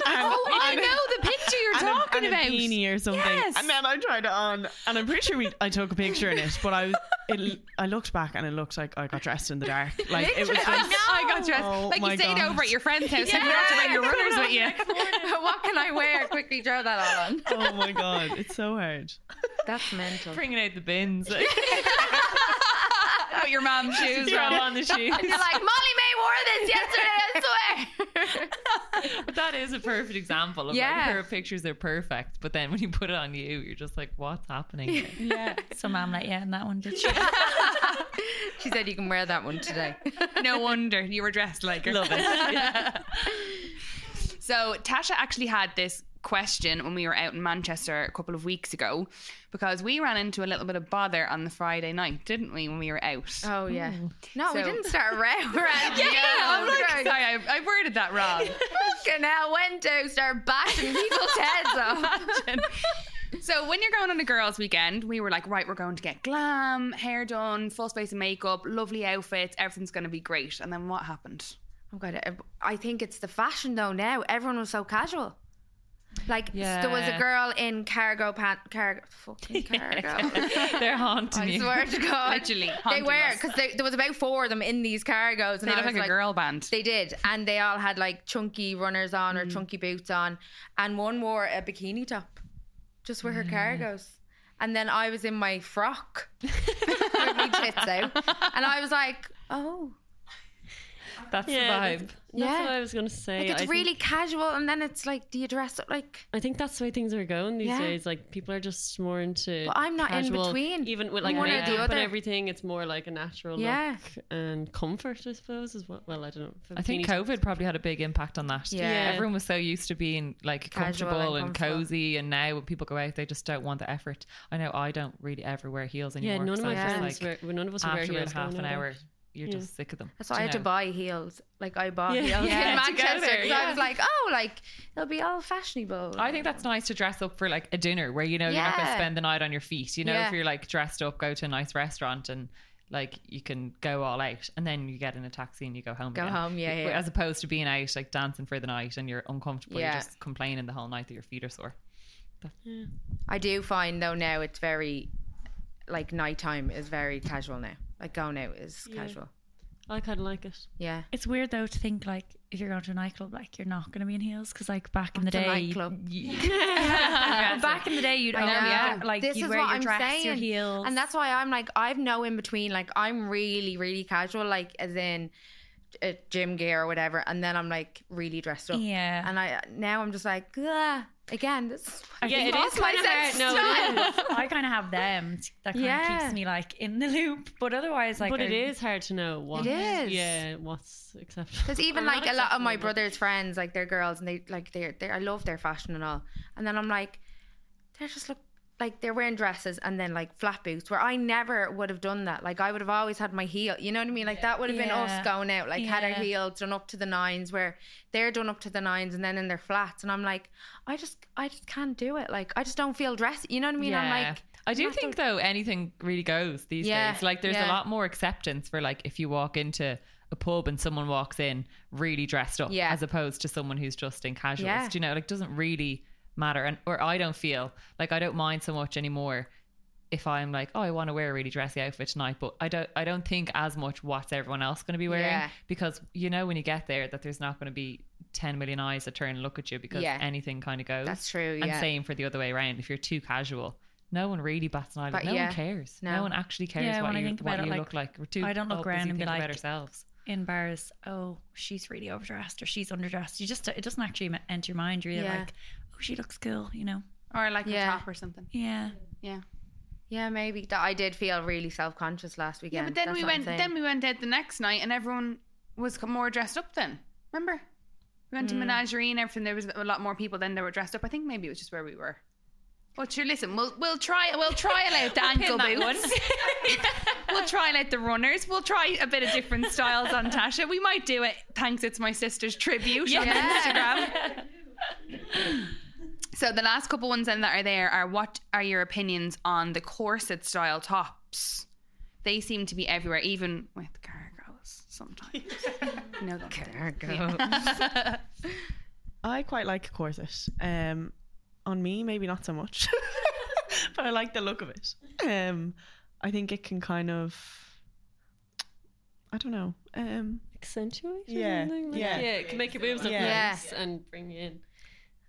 Speaker 1: Oh, I know the picture you're
Speaker 6: and a-
Speaker 1: talking
Speaker 6: and
Speaker 1: about.
Speaker 6: a beanie or something.
Speaker 1: Yes.
Speaker 6: And then I tried it on, and I'm pretty sure we, I took a picture in it, but I was, it, I looked back and it looked like I got dressed in the dark. Like it was
Speaker 1: Literally,
Speaker 6: just,
Speaker 1: I know. I got dressed.
Speaker 6: Oh
Speaker 1: like
Speaker 6: my
Speaker 1: you stayed
Speaker 6: God.
Speaker 1: over at your friend's house and you had to wear your runners with you.
Speaker 2: what can I wear? Quickly throw that all on.
Speaker 6: oh my god, it's so hard.
Speaker 2: That's mental.
Speaker 5: Bringing out the bins, like,
Speaker 1: Put your mom's shoes
Speaker 5: throw
Speaker 1: on.
Speaker 5: on the shoes.
Speaker 2: And you're like, Molly May wore this yesterday, I swear.
Speaker 5: But that is a perfect example of
Speaker 2: Yeah.
Speaker 5: like her pictures are perfect, but then when you put it on you, you're just like, what's happening? here?"
Speaker 2: yeah.
Speaker 3: So mom let you in that one, did she?
Speaker 2: She said you can wear that one today.
Speaker 1: No wonder you were dressed like her.
Speaker 5: Love it.
Speaker 1: So Tasha actually had this question when we were out in Manchester a couple of weeks ago because we ran into a little bit of bother on the Friday night, didn't we, when we were out?
Speaker 2: Oh yeah. No, we
Speaker 1: So-
Speaker 2: didn't start around. around
Speaker 1: yeah, I'm like, sorry, I, I worded that wrong.
Speaker 2: fucking hell, went to start bashing people's heads off.
Speaker 1: So when you're going on a girls' weekend, we were like, right, we're going to get glam, hair done, full face of makeup, lovely outfits, everything's going to be great. And then what happened?
Speaker 2: Oh God, I- I think it's the fashion though now. Everyone was so casual. Like s- there was a
Speaker 5: Yeah.
Speaker 2: girl in cargo pant cargo fucking cargo.
Speaker 5: They're haunting
Speaker 2: I
Speaker 5: you.
Speaker 2: swear to God,
Speaker 1: Literally
Speaker 2: they
Speaker 1: haunting
Speaker 2: were
Speaker 1: us.
Speaker 2: because there was about four of them in these cargos, and
Speaker 1: They
Speaker 2: I
Speaker 1: look
Speaker 2: was
Speaker 1: like, a girl band.
Speaker 2: They did, and they all had like chunky runners on
Speaker 5: Mm.
Speaker 2: or chunky boots on, and one wore a bikini top, just with her
Speaker 5: Mm.
Speaker 2: cargos. And then I was in my frock with my tits out, and I was like, "Oh,
Speaker 5: That's
Speaker 4: Yeah,
Speaker 5: the vibe.
Speaker 4: That's, that's
Speaker 2: Yeah.
Speaker 4: what I was gonna say.
Speaker 2: like it's
Speaker 4: I think-
Speaker 2: really casual." And then it's like, "Do you dress up like?"
Speaker 4: I think that's the way things are going these
Speaker 2: Yeah.
Speaker 4: days. Like people are just more into.
Speaker 2: But I'm not in
Speaker 4: casual,
Speaker 2: between.
Speaker 4: Even with like
Speaker 2: one
Speaker 5: or the
Speaker 4: makeup
Speaker 2: other.
Speaker 4: and everything, it's more like a natural
Speaker 2: Yeah.
Speaker 4: look and comfort, I suppose. As well, well I don't know. if
Speaker 5: I think
Speaker 4: bikinis-
Speaker 5: COVID probably had a big impact on that.
Speaker 2: Yeah.
Speaker 4: Yeah.
Speaker 5: Everyone was so used to being like
Speaker 2: Casual and
Speaker 5: comfortable and,
Speaker 2: comfortable.
Speaker 5: cozy, and now when people go out, they just don't want the effort. I know I don't really ever wear heels anymore.
Speaker 4: Yeah, none of
Speaker 5: 'cause
Speaker 4: my
Speaker 5: I'm just
Speaker 4: friends
Speaker 5: like,
Speaker 4: were. None of us were
Speaker 5: after
Speaker 4: wearing
Speaker 5: about
Speaker 4: heels
Speaker 5: half an
Speaker 4: going out.
Speaker 5: hour, you're
Speaker 4: Yeah.
Speaker 5: just sick of them.
Speaker 2: That's why I
Speaker 5: Do you
Speaker 2: had to
Speaker 5: know?
Speaker 2: buy heels. Like I bought
Speaker 4: Yeah.
Speaker 2: heels
Speaker 5: Yeah,
Speaker 2: in
Speaker 5: to go
Speaker 2: Manchester
Speaker 5: there,
Speaker 2: because I
Speaker 5: yeah.
Speaker 2: was like, "Oh, like they'll be all fashionable."
Speaker 5: I think that's nice to dress up for like a dinner where you know you're not going to
Speaker 2: Yeah.
Speaker 5: spend the night on your feet. You know,
Speaker 2: Yeah.
Speaker 5: if you're like dressed up, go to a nice restaurant and like you can go all out, and then you get in a taxi and you go home.
Speaker 2: Go
Speaker 5: again.
Speaker 2: home, yeah,
Speaker 5: You-
Speaker 2: yeah.
Speaker 5: As opposed to being out like dancing for the night and you're uncomfortable,
Speaker 2: Yeah.
Speaker 5: you're just complaining the whole night that your feet are sore.
Speaker 2: I do find though now it's very like nighttime is very casual now. Like going out is casual.
Speaker 4: I kind of like it.
Speaker 2: Yeah.
Speaker 3: It's weird though to think like if you're going to a nightclub, like you're not going to be in heels because like back in the
Speaker 2: It's a
Speaker 3: day,
Speaker 2: nightclub.
Speaker 3: back in the day you'd
Speaker 2: I
Speaker 3: own
Speaker 2: know.
Speaker 3: yeah. like
Speaker 2: This
Speaker 3: you
Speaker 2: is
Speaker 3: wear
Speaker 2: what
Speaker 3: your
Speaker 2: I'm
Speaker 3: dress, your
Speaker 2: saying.
Speaker 3: heels,
Speaker 2: And that's why I'm like I've no in between. Like I'm really, really casual, like as in uh, gym gear or whatever, and then I'm like really dressed up.
Speaker 3: yeah.
Speaker 2: And I now I'm just like ah, again. This
Speaker 3: I
Speaker 4: Yeah,
Speaker 3: think
Speaker 4: it is kind of hard. No, it is.
Speaker 3: I kind of have them t- that kind
Speaker 2: Yeah.
Speaker 3: of keeps me like in the loop, but otherwise like
Speaker 4: but it
Speaker 3: I-
Speaker 4: is hard to know what.
Speaker 2: is.
Speaker 4: Yeah, what's acceptable.
Speaker 2: Because even
Speaker 4: Or not
Speaker 2: like a lot of my
Speaker 4: acceptable, but-
Speaker 2: brother's friends, like they're girls and they like they're they are I love their fashion and all. And then I'm like, they're just look like they're wearing dresses and then like flat boots where I never would have done that. Like I would have always had my heel. You know what I mean? Like that would have been
Speaker 3: Yeah.
Speaker 2: us going out, like had
Speaker 3: Yeah.
Speaker 2: our heels done up to the nines where they're done up to the nines and then in their flats. And I'm like, I just I just can't do it. Like I just don't feel dressy. You know what I mean? I'm like
Speaker 5: I do think though anything really goes these
Speaker 2: Yeah,
Speaker 5: days. Like there's
Speaker 2: yeah.
Speaker 5: a lot more acceptance for like if you walk into a pub and someone walks in really dressed up
Speaker 2: Yeah.
Speaker 5: as opposed to someone who's just in casuals.
Speaker 2: Yeah.
Speaker 5: Do you know, like doesn't really matter and or I don't feel like I don't mind so much anymore if I'm like, oh, I want to wear a really dressy outfit tonight, but I don't I don't think as much what's everyone else gonna be wearing
Speaker 2: Yeah.
Speaker 5: because you know when you get there that there's not gonna be ten million eyes that turn and look at you because
Speaker 2: Yeah.
Speaker 5: anything kinda goes.
Speaker 2: that's true.
Speaker 5: And
Speaker 2: Yeah.
Speaker 5: same for the other way around. If you're too casual, no one really bats an eyelid.
Speaker 2: But
Speaker 5: no
Speaker 2: yeah,
Speaker 5: one cares. No.
Speaker 2: no.
Speaker 5: one actually cares
Speaker 3: Yeah,
Speaker 5: what
Speaker 3: when I
Speaker 5: you,
Speaker 3: think
Speaker 5: what
Speaker 3: about it,
Speaker 5: you
Speaker 3: like,
Speaker 5: look like. We're too
Speaker 3: I don't look
Speaker 5: all busy
Speaker 3: around and be
Speaker 5: thinking about
Speaker 3: like-
Speaker 5: ourselves.
Speaker 3: in bars. Oh, she's really overdressed or she's underdressed. You just it doesn't actually ma- enter your mind. You're
Speaker 2: Yeah.
Speaker 3: like, oh, she looks cool, you know.
Speaker 1: or like
Speaker 2: Yeah.
Speaker 1: a top or something.
Speaker 3: Yeah,
Speaker 2: Yeah, maybe that I did feel really self conscious last
Speaker 1: Yeah,
Speaker 2: weekend.
Speaker 1: but then
Speaker 2: That's
Speaker 1: we
Speaker 2: what I'm
Speaker 1: went.
Speaker 2: saying.
Speaker 1: Then we went out the next night, and everyone was co- more dressed up. Then remember, we
Speaker 2: Mm.
Speaker 1: went to menagerie and everything. There was a lot more people than they were dressed up. I think maybe it was just where we were. But sure, listen, we'll we'll try we'll trial out the ankle boots. we'll trial out the runners. We'll try a bit of different styles on Tasha. We might do it. Thanks, it's my sister's tribute on
Speaker 2: Yeah.
Speaker 1: Instagram. so the last couple ones then that are there are what are your opinions on the corset style tops? They seem to be everywhere, even with cargos sometimes. you know that. Yeah.
Speaker 6: I quite like a corset. Um, on me, maybe not so much, but I like the look of it. Um, I think it can kind of, I don't know. Um,
Speaker 4: accentuate. or
Speaker 6: Yeah,
Speaker 4: something like-
Speaker 6: yeah.
Speaker 4: yeah. It can make your boobs look
Speaker 6: Yeah.
Speaker 4: nice and bring you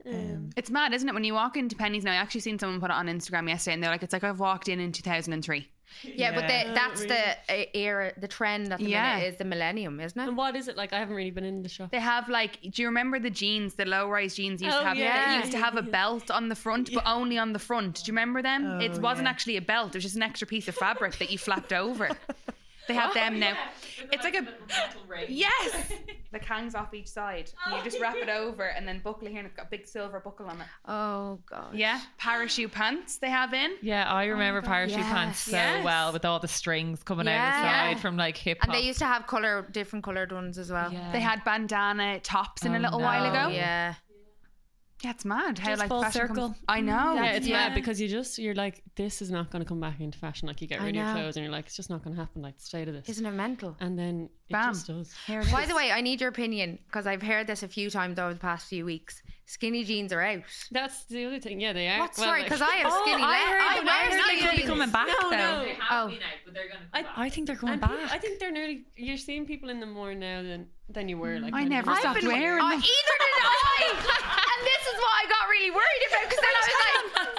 Speaker 4: in.
Speaker 6: um,
Speaker 1: it's mad, isn't it? When you walk into Penny's now, I actually seen someone put it on Instagram yesterday, and they're like, "It's like I've walked in in 2003."
Speaker 2: Yeah, but
Speaker 6: Yeah.
Speaker 2: the, that's the uh, era, the trend at the
Speaker 1: Yeah.
Speaker 2: minute is the millennium, isn't it?
Speaker 4: And what is it like? I haven't really been in the shop.
Speaker 1: They have like, do you remember the jeans, the low-rise jeans used
Speaker 4: Oh,
Speaker 1: to have?
Speaker 4: yeah.
Speaker 1: That used to have a belt on the front, but only on the front. Do you remember them? it
Speaker 6: Oh,
Speaker 1: wasn't
Speaker 6: yeah.
Speaker 1: actually a belt; it was just an extra piece of fabric that you flapped over. They have them now. It's like a yes, that hangs off each side. And you just wrap it over and then buckle here, and it's got a big silver buckle on it.
Speaker 2: Oh god.
Speaker 1: Yeah, parachute pants they have in.
Speaker 5: Yeah, I
Speaker 2: Oh
Speaker 5: remember parachute pants so
Speaker 1: Yes.
Speaker 5: well with all the strings coming out the
Speaker 2: Yeah.
Speaker 5: side from like hip
Speaker 2: And
Speaker 5: hop.
Speaker 2: they used to have color, different colored ones as well.
Speaker 5: Yeah.
Speaker 1: They had bandana tops in a
Speaker 5: Oh,
Speaker 1: little while
Speaker 5: no.
Speaker 1: ago.
Speaker 2: Yeah.
Speaker 1: Yeah, it's mad how
Speaker 3: Just
Speaker 1: like
Speaker 3: full
Speaker 1: fashion
Speaker 3: circle.
Speaker 1: Comes... I know.
Speaker 4: Yeah, it's
Speaker 3: Yeah.
Speaker 4: mad because you just you're like, this is not going to come back into fashion. Like you get
Speaker 2: I
Speaker 4: rid of your
Speaker 2: know.
Speaker 4: clothes, and you're like, it's just not going to happen. Like the state of this,
Speaker 2: Isn't it mental?
Speaker 4: and then it
Speaker 1: Bam.
Speaker 4: just does.
Speaker 2: By the way, I need your opinion because I've heard this a few times over the past few weeks. Skinny jeans are out.
Speaker 4: That's the other thing. Yeah, they are.
Speaker 2: What's
Speaker 4: Well,
Speaker 2: sorry?
Speaker 4: like-
Speaker 2: Because I have skinny legs.
Speaker 3: I heard,
Speaker 2: I
Speaker 3: I
Speaker 2: wear
Speaker 3: heard
Speaker 2: skinny
Speaker 3: they could be
Speaker 2: jeans.
Speaker 3: coming back though.
Speaker 5: They have
Speaker 2: Oh.
Speaker 5: been out, but they're gonna come back.
Speaker 3: I think they're going
Speaker 4: And
Speaker 3: back.
Speaker 4: people- I think they're nearly. You're seeing people in them more now than than you were. Like
Speaker 1: I
Speaker 4: when you
Speaker 1: never
Speaker 4: were-
Speaker 1: stopped wearing
Speaker 2: Uh,
Speaker 1: them.
Speaker 2: either did I. and this is what I got really worried about because then I was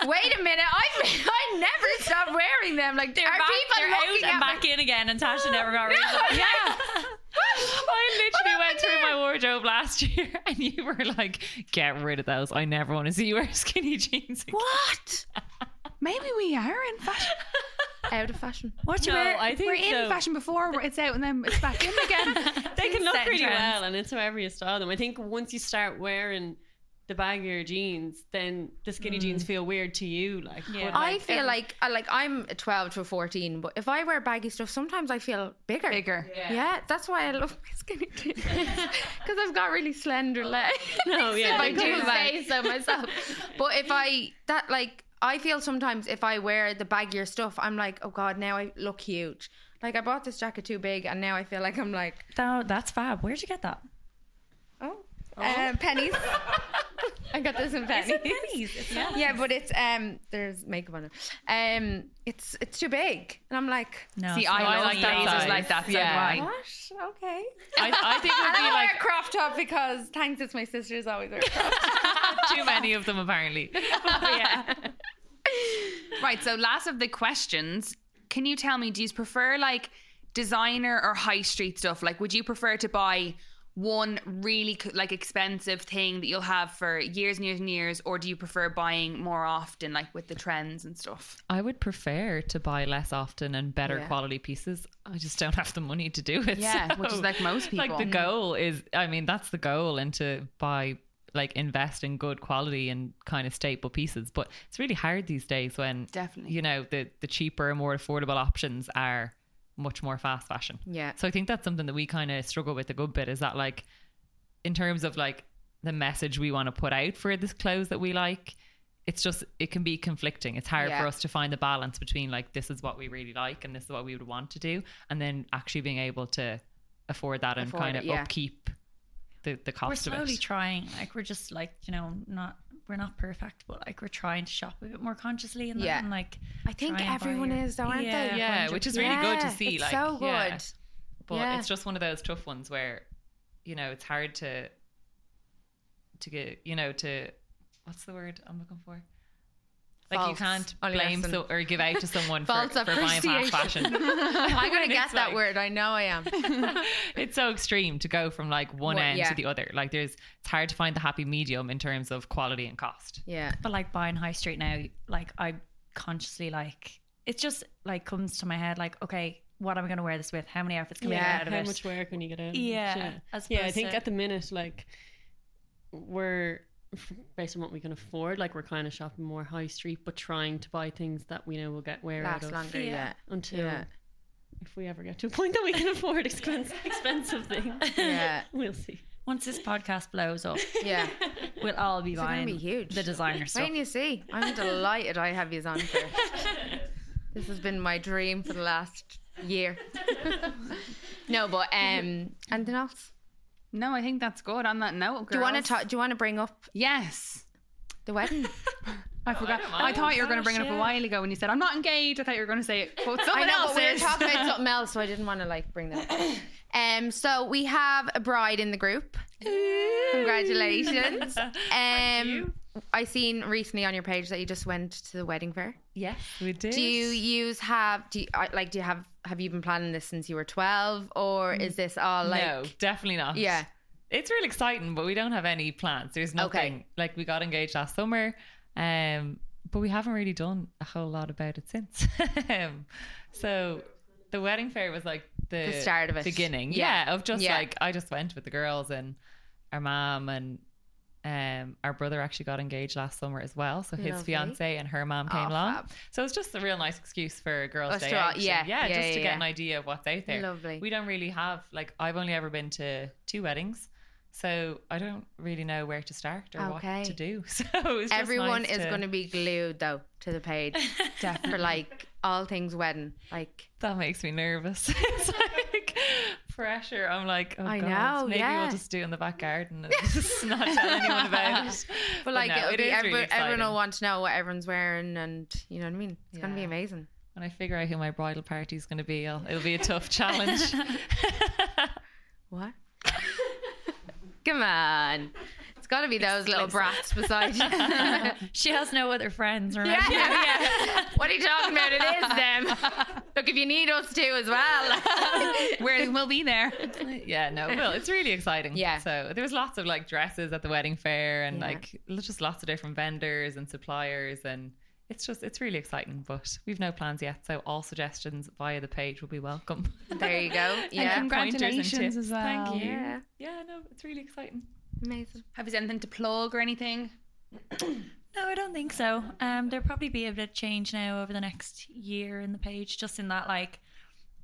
Speaker 2: like, wait a minute, I've been, I never stopped wearing them. Like there are
Speaker 3: back,
Speaker 2: people
Speaker 3: they're out
Speaker 2: looking
Speaker 3: and
Speaker 2: at
Speaker 3: back in again, and Tasha never got rid of them.
Speaker 2: yeah.
Speaker 5: I literally went through my wardrobe last year, and you were like, "Get rid of those! I never want to see you wear skinny jeans." Again.
Speaker 2: What?
Speaker 1: Maybe we are in fashion.
Speaker 2: Out of fashion.
Speaker 3: What you
Speaker 4: No,
Speaker 3: wear?
Speaker 4: I think
Speaker 1: We're in
Speaker 4: so.
Speaker 1: fashion before it's out and then it's back in again.
Speaker 4: They can look
Speaker 3: Set
Speaker 4: pretty
Speaker 3: trends.
Speaker 4: well, and it's however you style them. I think once you start wearing the baggier jeans, then the skinny jeans feel weird to you. Like,
Speaker 3: Yeah.
Speaker 4: but,
Speaker 2: I feel
Speaker 4: every-
Speaker 2: like I like I'm a 12 to a 14, but if I wear baggy stuff, sometimes I feel bigger.
Speaker 1: Bigger.
Speaker 2: Yeah, that's why I love my skinny jeans because I've got really slender legs.
Speaker 4: No, yeah,
Speaker 2: Oh. if I
Speaker 4: they come
Speaker 2: do
Speaker 4: back.
Speaker 2: say so myself. But if I that like I feel sometimes if I wear the baggier stuff, I'm like, oh god, now I look huge. Like I bought this jacket too big, and now I feel like I'm like,
Speaker 3: No, that's fab. Where'd you get that?
Speaker 2: oh, Uh, pennies. I got this in pennies. Yeah, but it's um, there's makeup on it. Um, it's it's too big, and I'm like,
Speaker 3: No.
Speaker 1: See,
Speaker 3: it's not.
Speaker 1: I, love
Speaker 5: like that
Speaker 1: blazers
Speaker 5: size.
Speaker 1: like that. So
Speaker 5: Yeah.
Speaker 1: do I.
Speaker 2: what? Okay.
Speaker 5: I, I think
Speaker 2: And I
Speaker 5: it would be
Speaker 2: don't
Speaker 5: like
Speaker 2: wear a crop top because thanks, it's my sister's always wear a crop top.
Speaker 5: too many of them apparently.
Speaker 1: Right. So, last of the questions, can you tell me, do you prefer like designer or high street stuff? Like, would you prefer to buy one really c- like expensive thing that you'll have for years and years and years, or do you prefer buying more often, like with the trends and stuff?
Speaker 5: I would prefer to buy less often and better
Speaker 2: Yeah.
Speaker 5: quality pieces. I just don't have the money to do it.
Speaker 1: Yeah, which is
Speaker 5: so-
Speaker 1: like most people. Mm.
Speaker 5: Like the goal is, I mean, that's the goal, and to buy, like, invest in good quality and kind of staple pieces. But it's really hard these days when
Speaker 1: Definitely.
Speaker 5: you know the the cheaper, more affordable options are much more fast fashion.
Speaker 2: Yeah.
Speaker 5: So I think that's something that we kind of struggle with a good bit is that like in terms of like the message we want to put out for this clothes that we like, it's just it can be conflicting. It's hard
Speaker 2: Yeah.
Speaker 5: for us to find the balance between like this is what we really like and this is what we would want to do and then actually being able to afford that and
Speaker 2: Afford
Speaker 5: kind
Speaker 2: it,
Speaker 5: of
Speaker 2: yeah.
Speaker 5: upkeep the,
Speaker 3: We're
Speaker 5: the cost of
Speaker 3: slowly
Speaker 5: it.
Speaker 3: trying. Like we're just like you know not we're not perfect, but like we're trying to shop a bit more consciously and,
Speaker 2: Yeah.
Speaker 3: yeah. and like
Speaker 2: I think
Speaker 3: Try and buy
Speaker 2: everyone
Speaker 3: your-
Speaker 2: is, though, aren't
Speaker 3: Yeah.
Speaker 2: they?
Speaker 5: yeah, which is really good to
Speaker 2: Yeah,
Speaker 5: see.
Speaker 2: It's
Speaker 5: like
Speaker 2: so good.
Speaker 5: yeah. but
Speaker 2: Yeah.
Speaker 5: it's just one of those tough ones where you know it's hard to to get you know to what's the word i'm looking for like you
Speaker 2: False
Speaker 5: can't
Speaker 2: Ollie
Speaker 5: blame
Speaker 2: Larson.
Speaker 5: so, or give out to someone for,
Speaker 2: False
Speaker 5: for buying fast
Speaker 2: appreciation.
Speaker 5: fashion
Speaker 2: I'm gonna
Speaker 5: It's
Speaker 2: get that
Speaker 5: like-
Speaker 2: word. I know I am.
Speaker 5: it's so extreme to go from like one
Speaker 2: Well,
Speaker 5: end
Speaker 2: yeah.
Speaker 5: to the other like there's it's hard to find the happy medium in terms of quality and cost
Speaker 2: Yeah.
Speaker 3: but like buying high street now, like I consciously like it just like comes to my head like okay, what am I gonna wear this with? How many outfits can
Speaker 2: Yeah,
Speaker 3: we get
Speaker 4: how
Speaker 3: out of it?
Speaker 4: much wear can you get out? of it?
Speaker 3: yeah, as
Speaker 4: yeah. I
Speaker 3: opposed
Speaker 4: think
Speaker 3: to-
Speaker 4: at the minute, like we're based on what we can afford, like we're kind of shopping more high street, but trying to buy things that we know will get wear out
Speaker 2: Last
Speaker 4: of
Speaker 2: longer. Yeah.
Speaker 3: Yeah.
Speaker 4: until
Speaker 2: Yeah.
Speaker 4: if we ever get to a point that we can afford expensive expensive things.
Speaker 2: Yeah.
Speaker 4: we'll see.
Speaker 3: once this podcast blows up,
Speaker 2: Yeah.
Speaker 3: we'll all be
Speaker 2: gonna
Speaker 3: buying
Speaker 2: be huge.
Speaker 3: the designer
Speaker 2: Wait
Speaker 3: stuff.
Speaker 2: and you see. I'm delighted I have you on here. This has been my dream for the last year. no, but um, anything else?
Speaker 1: No, I think that's good. On that note,
Speaker 2: Do you want to
Speaker 1: girls.
Speaker 2: talk? Do you want to bring up
Speaker 1: Yes.
Speaker 2: the wedding?
Speaker 1: I forgot. I, thought you were going to bring it up a while ago when you said, I'm not engaged. I thought you were going to say it. Quote,
Speaker 2: Oh, I
Speaker 1: someone
Speaker 2: know,
Speaker 1: else
Speaker 2: but we were
Speaker 1: is."
Speaker 2: talking about something else, so I didn't want to like bring that. Up. Um, so we have a bride in the group. Congratulations. Um, I seen recently on your page that you just went to the wedding fair.
Speaker 5: yes we did
Speaker 2: Do you use have do you I- like do you have have you been planning this since you were twelve or is this all like
Speaker 5: no definitely not
Speaker 2: yeah
Speaker 5: it's real exciting, but we don't have any plans. There's nothing like we got engaged last summer, um, but we haven't really done a whole lot about it since. um, so the wedding fair was like the,
Speaker 2: The start of it.
Speaker 5: beginning,
Speaker 2: Yeah.
Speaker 5: yeah, of just
Speaker 2: Yeah.
Speaker 5: like I just went with the girls and our mom and um, our brother actually got engaged last summer as well. So his
Speaker 2: Lovely.
Speaker 5: fiance and her mom came
Speaker 2: Aw,
Speaker 5: along.
Speaker 2: fab.
Speaker 5: So it's just a real nice excuse for a girls'
Speaker 2: Us
Speaker 5: day
Speaker 2: to all-
Speaker 5: out. and
Speaker 2: yeah,
Speaker 5: yeah,
Speaker 2: yeah,
Speaker 5: just
Speaker 2: yeah,
Speaker 5: to
Speaker 2: yeah.
Speaker 5: get an idea of what's out there.
Speaker 2: Lovely.
Speaker 5: We don't really have like I've only ever been to two weddings. So I don't really know where to start or
Speaker 2: Okay.
Speaker 5: what to do. So it's just
Speaker 2: Everyone
Speaker 5: nice
Speaker 2: is
Speaker 5: to,
Speaker 2: going to be glued though to the page for like all things wedding. Like
Speaker 5: That makes me nervous. it's like pressure. I'm like, oh
Speaker 2: I
Speaker 5: God,
Speaker 2: know,
Speaker 5: maybe
Speaker 2: yeah.
Speaker 5: we'll just do it in the back garden and just not tell anyone about it.
Speaker 2: But like
Speaker 5: no,
Speaker 2: it'll
Speaker 5: it
Speaker 2: be
Speaker 5: is
Speaker 2: every,
Speaker 5: really
Speaker 2: everyone will
Speaker 5: exciting.
Speaker 2: want to know what everyone's wearing, and you know what I mean. It's gonna be
Speaker 5: Yeah.
Speaker 2: amazing.
Speaker 5: When I figure out who my bridal party is going to be, I'll, it'll be a tough challenge.
Speaker 2: What? Come on, it's gotta be those little brats beside you. yeah,
Speaker 3: she has no other friends, remember?
Speaker 2: yeah, yeah. What are you talking about? It is them. Look, if you need us too as well.
Speaker 1: Where we'll be there.
Speaker 5: yeah, no, well, it's really exciting.
Speaker 2: Yeah.
Speaker 5: So there was lots of like dresses at the wedding fair and
Speaker 2: Yeah.
Speaker 5: like l- just lots of different vendors and suppliers and it's just it's really exciting. But we've no plans yet, so all suggestions via the page will be welcome.
Speaker 2: there you go. Yeah.
Speaker 5: And pointers and
Speaker 1: congratulations
Speaker 5: tips.
Speaker 1: as well.
Speaker 5: Thank you.
Speaker 2: Yeah.
Speaker 5: Yeah, no, it's really exciting.
Speaker 2: Amazing.
Speaker 1: Have you anything to plug or anything?
Speaker 3: No, I don't think so. Um, there'll probably be a bit of change now over the next year in the page, just in that like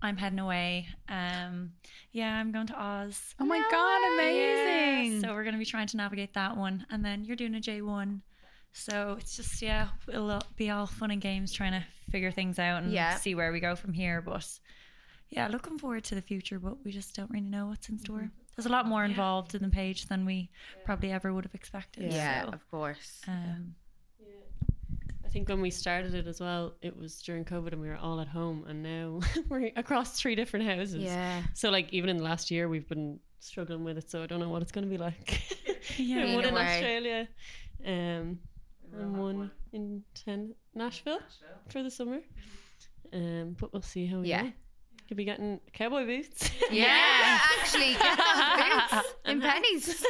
Speaker 3: I'm heading away. Um, yeah, I'm going to Oz.
Speaker 1: Oh my god, amazing!
Speaker 3: Yeah, so we're going to be trying to navigate that one, and then you're doing a J1. So it's just yeah, it'll be all fun and games trying to figure things out and
Speaker 2: Yeah.
Speaker 3: see where we go from here. But yeah, looking forward to the future, but we just don't really know what's in store.
Speaker 2: Mm-hmm.
Speaker 3: There's a lot more involved in the page than we probably ever would have expected.
Speaker 2: Yeah,
Speaker 3: so,
Speaker 2: of course.
Speaker 3: um,
Speaker 4: I think when we started it as well, it was during COVID and we were all at home, and now we're across three different houses.
Speaker 2: Yeah.
Speaker 4: So like even in the last year, we've been struggling with it. So I don't know what it's going to be like.
Speaker 3: yeah.
Speaker 4: one
Speaker 2: Either
Speaker 4: in
Speaker 2: way.
Speaker 4: Australia, um, and one in ten Nashville, for the summer. Um, but we'll see how we
Speaker 2: Yeah.
Speaker 4: go. Could be getting cowboy boots.
Speaker 2: Yeah, actually, get those boots in pennies.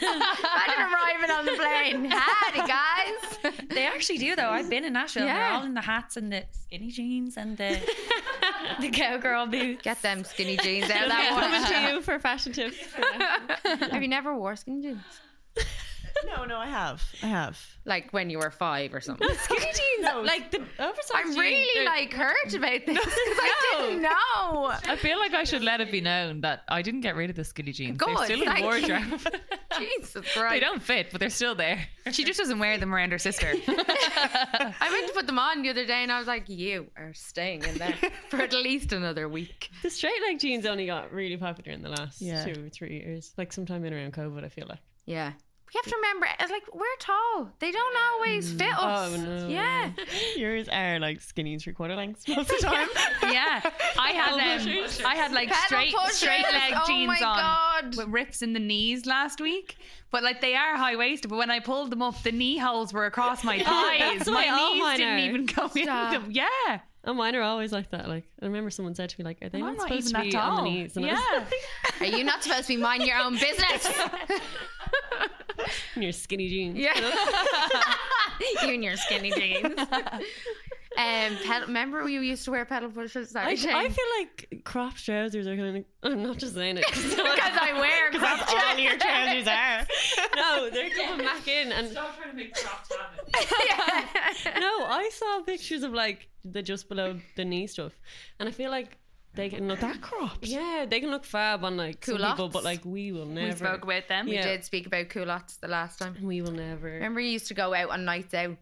Speaker 2: Imagine arriving on the plane. Howdy, guys.
Speaker 3: They actually do though. I've been in Nashville. and
Speaker 2: Yeah.
Speaker 3: They're all in the hats and the skinny jeans and the the cowgirl boots.
Speaker 2: Get them skinny jeans out of
Speaker 4: Coming
Speaker 2: that
Speaker 4: to you for fashion tips. for now.
Speaker 2: one. Have you never wore skinny jeans?
Speaker 6: No, no, I have. I have.
Speaker 2: Like when you were five or something.
Speaker 6: Skinny jeans.
Speaker 2: like the,
Speaker 4: Oversized
Speaker 2: I'm
Speaker 4: jeans,
Speaker 2: really
Speaker 4: they're-
Speaker 2: like hurt about this because I didn't know.
Speaker 5: I feel like I should let it be known that I didn't get rid of the skinny jeans.
Speaker 2: Good,
Speaker 5: they're still in
Speaker 2: thank
Speaker 5: the
Speaker 2: you.
Speaker 5: wardrobe.
Speaker 2: Jesus
Speaker 5: they
Speaker 2: Christ!
Speaker 5: don't fit, but they're still there.
Speaker 1: She just doesn't wear them around her sister.
Speaker 2: I went to put them on the other day and I was like, "You are staying in there for at least another week."
Speaker 4: The straight leg jeans only got really popular in the last
Speaker 6: Yeah.
Speaker 4: two or three years. Like sometime in around COVID, I feel like.
Speaker 2: Yeah. We have to remember, it's like we're tall. They don't always fit us.
Speaker 4: Oh, no.
Speaker 2: Yeah.
Speaker 6: Yours are like skinny three quarter lengths most of the time.
Speaker 1: yeah, I had um, I had like
Speaker 2: Pedal
Speaker 1: straight
Speaker 2: pushers.
Speaker 1: straight leg
Speaker 2: oh
Speaker 1: jeans
Speaker 2: my
Speaker 1: on.
Speaker 2: God.
Speaker 1: With rips in the knees last week, but like they are high waisted. But when I pulled them up, the knee holes were across my thighs.
Speaker 4: that's the
Speaker 1: my
Speaker 4: way all
Speaker 1: knees
Speaker 4: mine
Speaker 1: didn't
Speaker 4: are.
Speaker 1: even go
Speaker 2: Stop.
Speaker 1: in them. Yeah,
Speaker 4: And Oh, mine are always like that. Like I remember someone said to me, like, "Are they
Speaker 1: I'm
Speaker 4: not
Speaker 1: not
Speaker 4: supposed
Speaker 1: even
Speaker 4: to be
Speaker 1: that
Speaker 4: on the
Speaker 1: tall.
Speaker 4: knees?" And I was
Speaker 1: yeah.
Speaker 2: Are you not supposed to be minding your own business?
Speaker 4: like, "In your skinny jeans.
Speaker 2: you and your skinny jeans. Um, pedal, remember we used to wear pedal pushers? Sorry,
Speaker 4: I,
Speaker 2: Shane.
Speaker 4: I feel like cropped trousers are kind of. I'm not just saying it. 'cause
Speaker 2: because I wear crop
Speaker 6: That's all your trousers are.
Speaker 4: no, they're coming back in, and no,
Speaker 2: yeah.
Speaker 4: I saw pictures of like the just below the knee stuff, and I feel like they can look that cropped. Yeah, they can look fab on like some people,
Speaker 2: Culottes.
Speaker 4: but like we will never.
Speaker 1: we spoke about them.
Speaker 4: yeah,
Speaker 2: Did speak about culottes the last time.
Speaker 4: we will never.
Speaker 2: Remember you used to go out on nights out.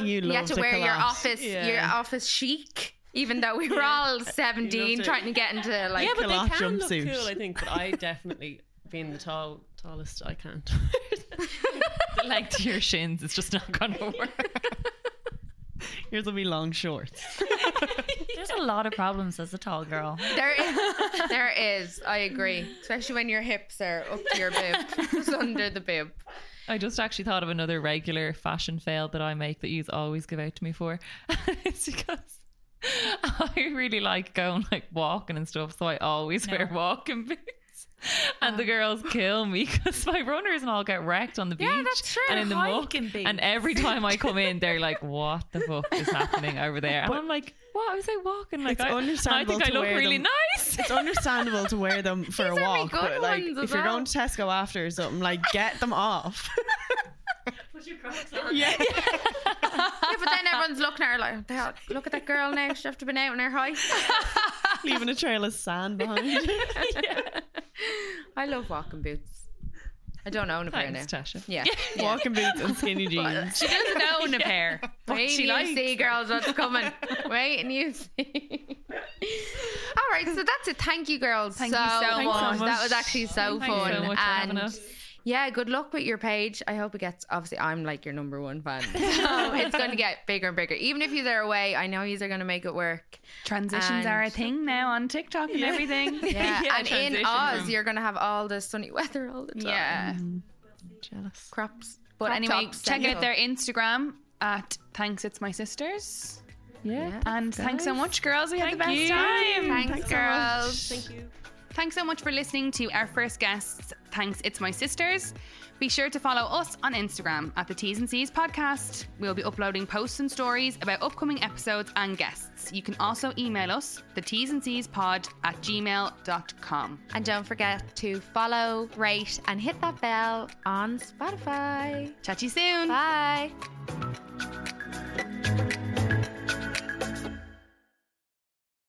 Speaker 6: You,
Speaker 2: You had
Speaker 6: loved
Speaker 2: to
Speaker 6: a
Speaker 2: wear your
Speaker 6: collage.
Speaker 2: office your
Speaker 4: Yeah.
Speaker 2: office chic, even though we were all seventeen
Speaker 4: it.
Speaker 2: trying to get into like
Speaker 4: yeah, but
Speaker 6: culotte
Speaker 4: they can look
Speaker 6: jumpsuit.
Speaker 4: cool, I think. But I definitely, being the tall tallest, I can't.
Speaker 5: The leg to your shins is just not going to work.
Speaker 6: Yours will be long shorts.
Speaker 3: There's a lot of problems as a tall girl.
Speaker 2: There is, there is. I agree, especially when your hips are up to your bib, it's under the bib.
Speaker 5: I just actually thought of another regular fashion fail that I make that you always give out to me for. it's because I really like going like walking and stuff, so I always wear walking boots. And the girls kill me because my runners and all get wrecked on the beach
Speaker 2: that's true.
Speaker 5: and in the muck.
Speaker 3: Hiking boots.
Speaker 5: And every time I come in, they're like, "What the fuck is happening over there?" And I'm like, "What? I was out walking. Like,
Speaker 6: It's
Speaker 5: I, and I
Speaker 6: understandable
Speaker 5: think I
Speaker 6: to
Speaker 5: look
Speaker 6: wear
Speaker 5: really
Speaker 6: them.
Speaker 5: nice."
Speaker 6: It's understandable to wear them for a
Speaker 2: These are my
Speaker 6: walk,
Speaker 2: good
Speaker 6: but like
Speaker 2: ones as
Speaker 6: if you're
Speaker 2: well.
Speaker 6: going to Tesco after or something, like get them off.
Speaker 4: Put your crocs on.
Speaker 6: yeah.
Speaker 2: Yeah, but then everyone's looking at her like, "They all- look at that girl now. She's have to been out in her high.
Speaker 6: Leaving a trail of sand behind.
Speaker 2: I love walking boots. I don't own a pair now.
Speaker 5: Thanks, Tasha.
Speaker 2: Yeah.
Speaker 6: Walking boots and skinny jeans.
Speaker 1: She doesn't own a pair. but
Speaker 2: Wait
Speaker 1: she
Speaker 2: and you
Speaker 1: likes
Speaker 2: see,
Speaker 1: them.
Speaker 2: girls, what's coming. Wait and you see. All right, so that's it. Thank you, girls.
Speaker 1: Thank
Speaker 2: so,
Speaker 1: you so
Speaker 2: much.
Speaker 1: Thanks so much.
Speaker 2: That was actually so
Speaker 5: Thank you
Speaker 2: fun.
Speaker 5: so much for having
Speaker 2: and
Speaker 5: us.
Speaker 2: yeah, good luck with your page. I hope it gets. Obviously, I'm like your number one fan, so it's going to get bigger and bigger. Even if you're away, I know you're going to make it work.
Speaker 1: Transitions
Speaker 2: And-
Speaker 1: are a thing now on TikTok and everything.
Speaker 2: Yeah,
Speaker 5: Yeah,
Speaker 2: and in
Speaker 5: transition
Speaker 2: Oz,
Speaker 5: from-
Speaker 2: you're going to have all the sunny weather all the time. Mm-hmm.
Speaker 1: Yeah.
Speaker 5: Jealous.
Speaker 2: crops. But
Speaker 1: But anyway, check out their Instagram at Thanks It's My Sisters.
Speaker 2: Yeah.
Speaker 1: And thanks so much, girls. We had the best time.
Speaker 2: Thanks, girls.
Speaker 4: Thank you.
Speaker 1: Thanks so much for listening to our first guests. Thanks, it's my sisters. Be sure to follow us on Instagram at the T's and C's podcast. We'll be uploading posts and stories about upcoming episodes and guests. You can also email us, the T's and C's pod at gmail.com.
Speaker 2: And don't forget to follow, rate, and hit that bell on Spotify.
Speaker 1: Chat to you soon.
Speaker 2: Bye.